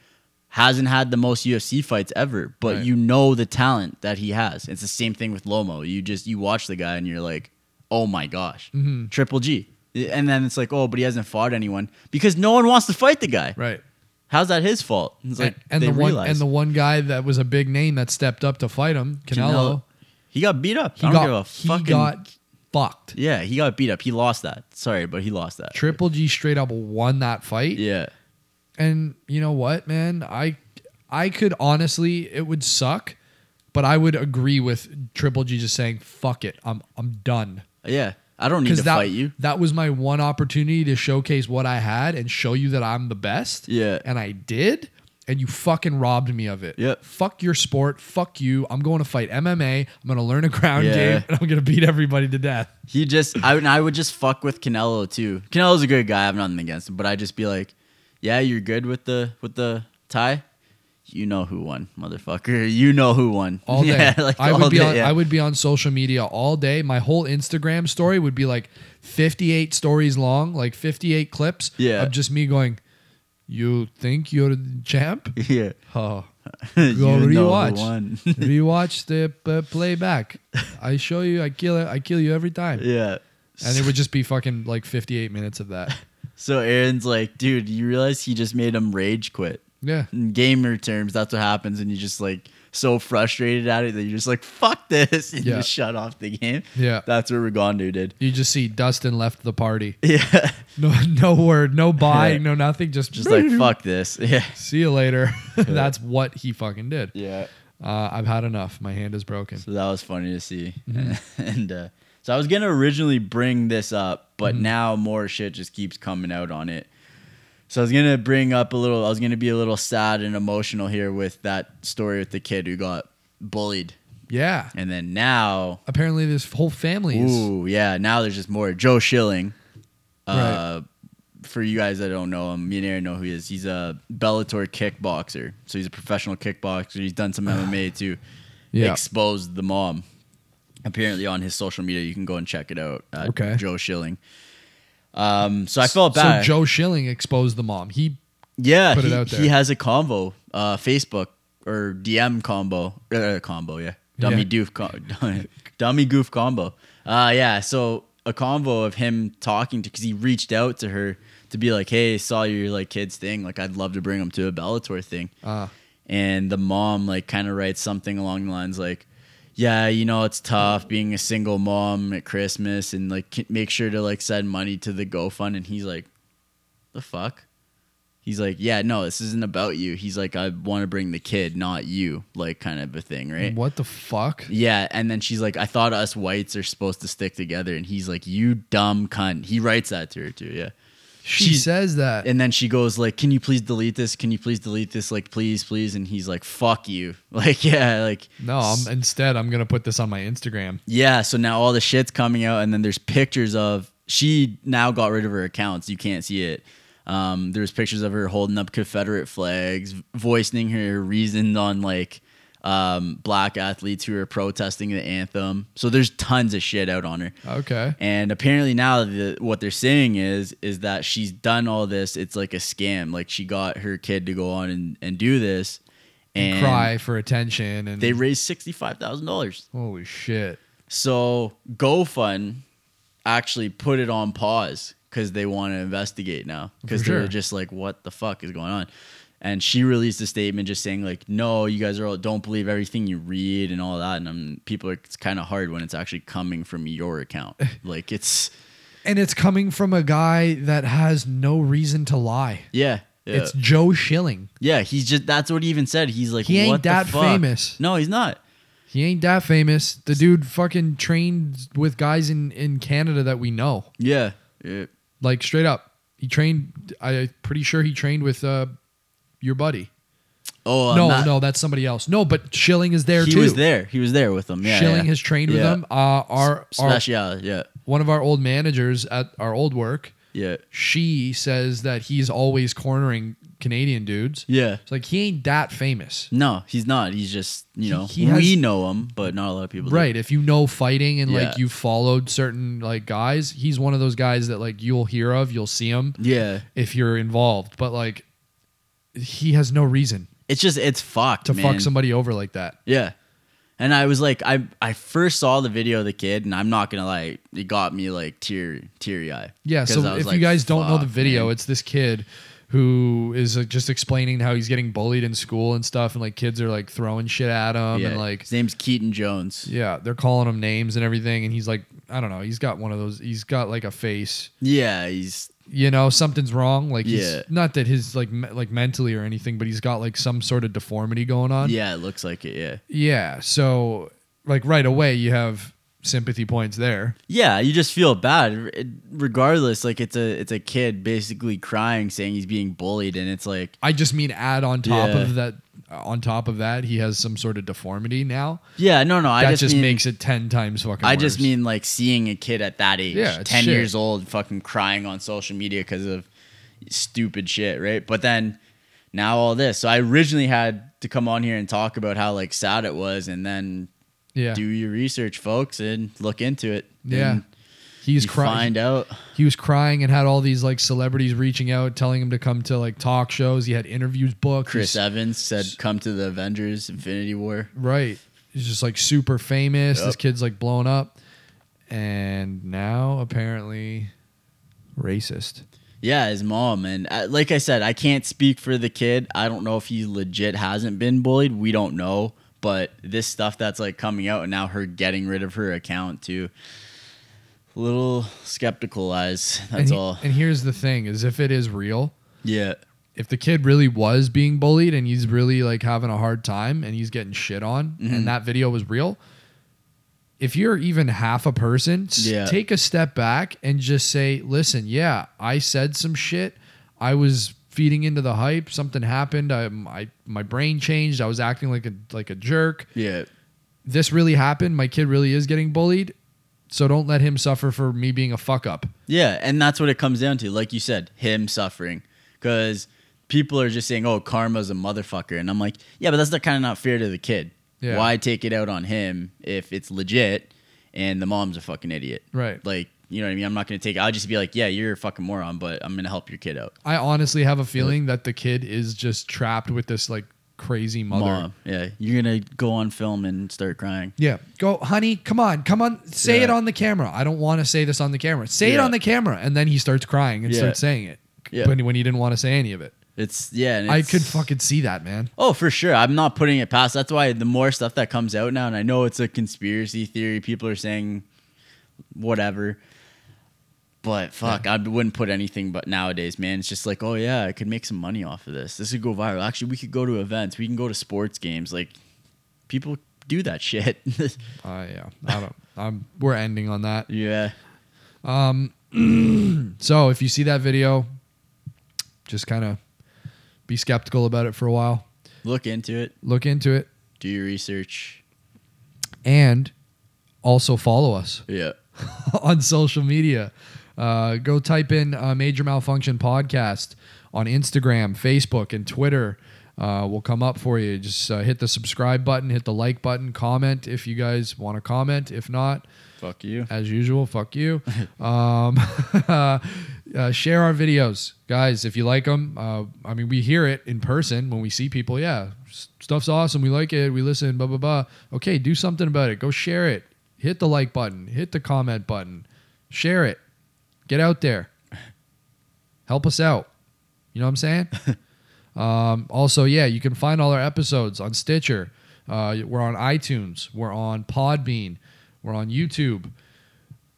[SPEAKER 3] Hasn't had the most UFC fights ever, but
[SPEAKER 1] Right.
[SPEAKER 3] you know the talent that he has. It's the same thing with Lomo. You just you watch the guy and you're like, oh my gosh,
[SPEAKER 1] Mhm.
[SPEAKER 3] Triple G. And then it's like, oh, but he hasn't fought anyone because no one wants to fight the guy.
[SPEAKER 1] Right.
[SPEAKER 3] How's that his fault? It's like
[SPEAKER 1] and
[SPEAKER 3] they
[SPEAKER 1] the one
[SPEAKER 3] realize.
[SPEAKER 1] and the one guy that was a big name that stepped up to fight him, Canelo,
[SPEAKER 3] he got beat up.
[SPEAKER 1] he
[SPEAKER 3] I don't
[SPEAKER 1] got
[SPEAKER 3] give a
[SPEAKER 1] he
[SPEAKER 3] fucking.
[SPEAKER 1] got fucked.
[SPEAKER 3] yeah, he got beat up. He lost that. Sorry, but he lost that.
[SPEAKER 1] Triple G straight up won that fight.
[SPEAKER 3] Yeah.
[SPEAKER 1] And you know what, man? I I could honestly, it would suck, but I would agree with Triple G just saying, "Fuck it, I'm I'm done."
[SPEAKER 3] Yeah. I don't need
[SPEAKER 1] Because
[SPEAKER 3] to
[SPEAKER 1] that
[SPEAKER 3] fight you.
[SPEAKER 1] that was my one opportunity to showcase what I had and show you that I'm the best.
[SPEAKER 3] Yeah.
[SPEAKER 1] and I did. And you fucking robbed me of it.
[SPEAKER 3] Yep.
[SPEAKER 1] Fuck your sport. Fuck you. I'm going to fight MMA. I'm going to learn a ground
[SPEAKER 3] Yeah.
[SPEAKER 1] game and I'm going to beat everybody to death.
[SPEAKER 3] He just, I, would- I would just fuck with Canelo too. Canelo's a good guy. I have nothing against him, but I'd just be like, yeah, you're good with the with the tie. You know who won, motherfucker. You know who won.
[SPEAKER 1] all day.
[SPEAKER 3] Yeah, like
[SPEAKER 1] I
[SPEAKER 3] all
[SPEAKER 1] would be
[SPEAKER 3] day,
[SPEAKER 1] on,
[SPEAKER 3] yeah.
[SPEAKER 1] I would be on social media all day. My whole Instagram story would be like 58 stories long, like 58 clips
[SPEAKER 3] Yeah.
[SPEAKER 1] of just me going, "You think you're the champ?
[SPEAKER 3] Yeah.
[SPEAKER 1] Oh,
[SPEAKER 3] Go
[SPEAKER 1] go rewatch.
[SPEAKER 3] won.
[SPEAKER 1] rewatch the uh, playback. I show you I kill I kill you every time."
[SPEAKER 3] yeah.
[SPEAKER 1] And it would just be fucking like 58 minutes of that.
[SPEAKER 3] So Aaron's like, dude, you realize he just made him rage quit.
[SPEAKER 1] Yeah.
[SPEAKER 3] In gamer terms, that's what happens, and you just like so frustrated at it that you're just like, fuck this, and
[SPEAKER 1] Yeah.
[SPEAKER 3] you just shut off the game.
[SPEAKER 1] Yeah.
[SPEAKER 3] That's what Regondu did.
[SPEAKER 1] You just see Dustin left the party.
[SPEAKER 3] Yeah.
[SPEAKER 1] No no word, no bye, no nothing, just
[SPEAKER 3] Just like fuck this. Yeah.
[SPEAKER 1] See you later. That's what he fucking did.
[SPEAKER 3] Yeah.
[SPEAKER 1] Uh, I've had enough. My hand is broken.
[SPEAKER 3] So that was funny to see. and uh, so I was gonna originally bring this up, but now more shit just keeps coming out on it. So I was gonna bring up a little. I was gonna be a little sad and emotional here with that story with the kid who got bullied,
[SPEAKER 1] Yeah.
[SPEAKER 3] and then now,
[SPEAKER 1] Apparently, this whole family is.
[SPEAKER 3] ooh, yeah, now there's just more. Joe Schilling, uh, for you guys that don't know him, me and Aaron know who he is. He's a Bellator kickboxer, so he's a professional kickboxer. He's done some MMA too.
[SPEAKER 1] Yeah.
[SPEAKER 3] exposed the mom. Apparently on his social media, you can go and check it out. At
[SPEAKER 1] Okay.
[SPEAKER 3] Joe Schilling. Um, so I felt bad.
[SPEAKER 1] So Joe Schilling exposed the mom. He
[SPEAKER 3] yeah,
[SPEAKER 1] put it
[SPEAKER 3] he,
[SPEAKER 1] out
[SPEAKER 3] he
[SPEAKER 1] there.
[SPEAKER 3] has a combo, uh, Facebook or DM combo, uh, combo, yeah, dummy
[SPEAKER 1] Yeah.
[SPEAKER 3] doof, com- dummy goof combo. Uh, yeah, so a combo of him talking to because he reached out to her to be like, hey, saw your like kids thing, like I'd love to bring him to a Bellator thing
[SPEAKER 1] uh,
[SPEAKER 3] and the mom like kind of writes something along the lines like yeah you know it's tough being a single mom at christmas and like k- make sure to like send money to the gofund and he's like the fuck he's like yeah no this isn't about you he's like i want to bring the kid not you like kind of a thing right
[SPEAKER 1] what the fuck?
[SPEAKER 3] yeah, and then she's like, "I thought us whites are supposed to stick together," and he's like, "You dumb cunt." He writes that to her too. Yeah,
[SPEAKER 1] She
[SPEAKER 3] She's-
[SPEAKER 1] says that.
[SPEAKER 3] and then she goes like, "Can you please delete this? Can you please delete this? Like, please, please." And he's like, "Fuck you!" Like, yeah, like
[SPEAKER 1] no, I'm, instead, I'm gonna put this on my Instagram.
[SPEAKER 3] yeah. So now all the shit's coming out, and then there's pictures of she now got rid of her accounts. You can't see it. Um, there's pictures of her holding up Confederate flags, voicing her reasons on like um, black athletes who are protesting the anthem. So there's tons of shit out on her.
[SPEAKER 1] Okay.
[SPEAKER 3] And apparently now the, what they're saying is is that she's done all this. It's like a scam. Like she got her kid to go on and, and do this, and,
[SPEAKER 1] Cry for attention and
[SPEAKER 3] They raised sixty five thousand dollars.
[SPEAKER 1] holy shit.
[SPEAKER 3] So GoFund actually put it on pause because they want to investigate now because
[SPEAKER 1] For sure.
[SPEAKER 3] they're just like, what the fuck is going on? And she released a statement just saying like, no, you guys are all don't believe everything you read and all that. And i people are it's kind of hard when it's actually coming from your account. like it's
[SPEAKER 1] And it's coming from a guy that has no reason to lie.
[SPEAKER 3] yeah. Yeah.
[SPEAKER 1] It's Joe Schilling.
[SPEAKER 3] yeah, he's just that's what he even said. He's like,
[SPEAKER 1] He ain't
[SPEAKER 3] what the
[SPEAKER 1] that
[SPEAKER 3] fuck?"
[SPEAKER 1] famous.
[SPEAKER 3] No, he's not.
[SPEAKER 1] He ain't that famous. The dude fucking trained with guys in in Canada that we know.
[SPEAKER 3] Yeah, yeah,
[SPEAKER 1] Like straight up, he trained. I'm pretty sure he trained with uh, your buddy.
[SPEAKER 3] Oh I'm
[SPEAKER 1] no,
[SPEAKER 3] not-
[SPEAKER 1] no, that's somebody else. No, but Schilling is there
[SPEAKER 3] he
[SPEAKER 1] too.
[SPEAKER 3] was there. He was there with them. Yeah,
[SPEAKER 1] Schilling
[SPEAKER 3] yeah.
[SPEAKER 1] has trained with
[SPEAKER 3] Yeah.
[SPEAKER 1] them. Uh, our, our
[SPEAKER 3] Special, yeah,
[SPEAKER 1] one of our old managers at our old work,
[SPEAKER 3] yeah,
[SPEAKER 1] she says that he's always cornering Canadian dudes.
[SPEAKER 3] yeah.
[SPEAKER 1] It's like he ain't that famous.
[SPEAKER 3] No, he's not. He's just you know
[SPEAKER 1] he has-
[SPEAKER 3] we know him, but not a lot of people. do.
[SPEAKER 1] Right. If you know fighting and
[SPEAKER 3] Yeah.
[SPEAKER 1] like you followed certain like guys, he's one of those guys that like you'll hear of, you'll see him
[SPEAKER 3] Yeah,
[SPEAKER 1] if you're involved. But like he has no reason
[SPEAKER 3] it's just it's fucked
[SPEAKER 1] to
[SPEAKER 3] man.
[SPEAKER 1] fuck somebody over like that.
[SPEAKER 3] Yeah. And I was like, I I first saw the video of the kid, and I'm not gonna lie, it got me like teary teary eye.
[SPEAKER 1] Yeah.
[SPEAKER 3] 'Cause
[SPEAKER 1] So
[SPEAKER 3] I was
[SPEAKER 1] if
[SPEAKER 3] like,
[SPEAKER 1] you guys don't know the
[SPEAKER 3] "Fuck,
[SPEAKER 1] video,
[SPEAKER 3] man."
[SPEAKER 1] it's this kid who is like, just explaining how he's getting bullied in school and stuff, and like kids are like throwing shit at him
[SPEAKER 3] yeah.
[SPEAKER 1] and like
[SPEAKER 3] his name's Keaton Jones.
[SPEAKER 1] yeah, they're calling him names and everything, and he's like, I don't know, he's got one of those, he's got like a face
[SPEAKER 3] Yeah, he's
[SPEAKER 1] you know something's wrong like he's
[SPEAKER 3] Yeah.
[SPEAKER 1] not that his like me- like mentally or anything but he's got like some sort of deformity going on
[SPEAKER 3] yeah, it looks like it. Yeah,
[SPEAKER 1] yeah so like right away you have sympathy points there
[SPEAKER 3] yeah, you just feel bad, It- regardless. Like it's a it's a kid basically crying, saying he's being bullied, and it's like,
[SPEAKER 1] i just mean add on top
[SPEAKER 3] Yeah.
[SPEAKER 1] of that uh, on top of that he has some sort of deformity now
[SPEAKER 3] yeah, no, no,
[SPEAKER 1] that
[SPEAKER 3] I
[SPEAKER 1] just,
[SPEAKER 3] just, mean,
[SPEAKER 1] makes it 10 times fucking
[SPEAKER 3] I just
[SPEAKER 1] worse.
[SPEAKER 3] mean like seeing a kid at that age,
[SPEAKER 1] Yeah, it's
[SPEAKER 3] ten
[SPEAKER 1] shit.
[SPEAKER 3] years old, fucking crying on social media because of stupid shit, right? But then now all this. So I originally had to come on here and talk about how like sad it was, and then
[SPEAKER 1] yeah
[SPEAKER 3] do your research, folks, and look into it.
[SPEAKER 1] yeah
[SPEAKER 3] and
[SPEAKER 1] he's
[SPEAKER 3] you
[SPEAKER 1] crying
[SPEAKER 3] find out.
[SPEAKER 1] he was crying and had all these like celebrities reaching out telling him to come to like talk shows he had interviews booked
[SPEAKER 3] Chris
[SPEAKER 1] He's-
[SPEAKER 3] Evans said, "Come to the Avengers: Infinity War."
[SPEAKER 1] Right. He's just like super famous. This
[SPEAKER 3] Yep.
[SPEAKER 1] kid's like blown up. And now apparently racist.
[SPEAKER 3] Yeah, his mom. And uh, like I said, I can't speak for the kid. I don't know if he legit hasn't been bullied. We don't know. But this stuff that's like coming out and now her getting rid of her account too. Little skeptical eyes.
[SPEAKER 1] and
[SPEAKER 3] That's
[SPEAKER 1] he-
[SPEAKER 3] all.
[SPEAKER 1] And here's the thing is if it is real,
[SPEAKER 3] Yeah.
[SPEAKER 1] if the kid really was being bullied and he's really like having a hard time and he's getting shit on and that video was real, if you're even half a person, s-
[SPEAKER 3] Yeah.
[SPEAKER 1] take a step back and just say, "Listen, yeah, I said some shit. I was feeding into the hype. Something happened. I, I my brain changed. I was acting like a like a jerk.
[SPEAKER 3] Yeah.
[SPEAKER 1] This really happened. My kid really is getting bullied." So don't let him suffer for me being a fuck up.
[SPEAKER 3] Yeah. And that's what it comes down to. Like you said, him suffering. Because people are just saying, oh, karma's a motherfucker. And I'm like, yeah, but that's not kind of not fair to the kid.
[SPEAKER 1] Yeah.
[SPEAKER 3] Why take it out on him if it's legit and the mom's a fucking idiot?
[SPEAKER 1] Right.
[SPEAKER 3] like you know what I mean. I'm not gonna take. I'll just be like, yeah, you're a fucking moron, but I'm gonna help your kid out.
[SPEAKER 1] I honestly have a feeling that the kid is just trapped with this like crazy mother.
[SPEAKER 3] Mom, yeah, you're gonna go on film and start crying.
[SPEAKER 1] Yeah. Go, honey, come on, come on, say it
[SPEAKER 3] Yeah.
[SPEAKER 1] on the camera. I don't want to say this on the camera. Say it
[SPEAKER 3] Yeah.
[SPEAKER 1] on the camera. And then he starts crying and
[SPEAKER 3] Yeah.
[SPEAKER 1] starts saying it.
[SPEAKER 3] Yeah.
[SPEAKER 1] When, when he didn't want to say any of it.
[SPEAKER 3] It's yeah. And
[SPEAKER 1] I
[SPEAKER 3] it's-
[SPEAKER 1] could fucking see that, man.
[SPEAKER 3] Oh, for sure. I'm not putting it past. That's why the more stuff that comes out now, and I know it's a conspiracy theory. People are saying whatever. But fuck, I wouldn't put anything but nowadays, man. It's just like, oh yeah, I could make some money off of this. This would go viral. Actually, we could go to events. We can go to sports games. Like, people do that shit.
[SPEAKER 1] Uh, yeah. I don't, I'm, we're ending on that.
[SPEAKER 3] yeah.
[SPEAKER 1] So if you see that video, just kind of be skeptical about it for a while,
[SPEAKER 3] Look into it.
[SPEAKER 1] look into it,
[SPEAKER 3] Do your research.
[SPEAKER 1] and also follow us.
[SPEAKER 3] Yeah.
[SPEAKER 1] on social media. Uh, go type in uh, Major Malfunction Podcast on Instagram, Facebook, and Twitter. Uh, will come up for you. Just uh, hit the subscribe button, hit the like button, comment if you guys want to comment. If not,
[SPEAKER 3] Fuck you.
[SPEAKER 1] as usual, fuck you. um, uh, share our videos, guys, if you like them. Uh, I mean, we hear it in person when we see people. Yeah, s- stuff's awesome. We like it. We listen. Blah blah blah. Okay, do something about it. Go share it. Hit the like button. Hit the comment button. Share it. Get out there. Help us out. You know what I'm saying? um, also, yeah, you can find all our episodes on Stitcher. Uh, we're on iTunes. We're on Podbean. We're on YouTube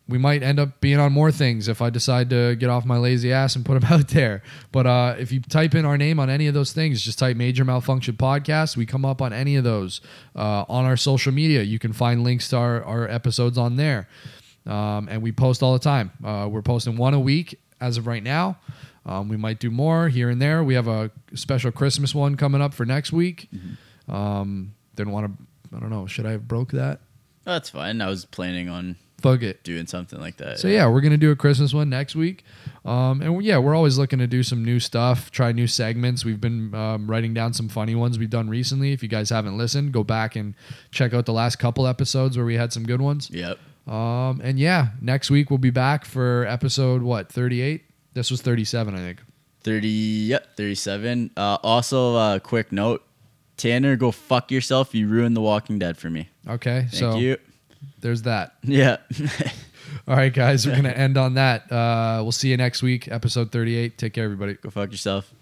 [SPEAKER 1] we might end up being on more things if I decide to get off my lazy ass and put them out there. But uh, if you type in our name on any of those things, just type Major Malfunction Podcast. We come up on any of those. Uh, on our social media, you can find links to our, our episodes on there. Um, and we post all the time. Uh, we're posting one a week as of right now. Um, we might do more here and there. We have a special Christmas one coming up for next week. Um, didn't want to, I don't know, should I have broke that?
[SPEAKER 3] That's fine. I was planning on
[SPEAKER 1] Fuck it.
[SPEAKER 3] doing something like that.
[SPEAKER 1] So yeah, we're gonna do a Christmas one next week, um, and we- yeah, we're always looking to do some new stuff, try new segments. We've been um, writing down some funny ones we've done recently. If you guys haven't listened, go back and check out the last couple episodes where we had some good ones.
[SPEAKER 3] Yep.
[SPEAKER 1] Um, and yeah, next week we'll be back for episode what thirty eight. This was thirty seven, I think.
[SPEAKER 3] 30, yep, 37. Uh, also, uh, quick note Tanner, go fuck yourself. You ruined The Walking Dead for me.
[SPEAKER 1] Okay,
[SPEAKER 3] Thank
[SPEAKER 1] so
[SPEAKER 3] you.
[SPEAKER 1] there's that.
[SPEAKER 3] Yeah.
[SPEAKER 1] All right, guys, we're gonna end on that. Uh, we'll see you next week, episode thirty eight. Take care, everybody.
[SPEAKER 3] go fuck yourself.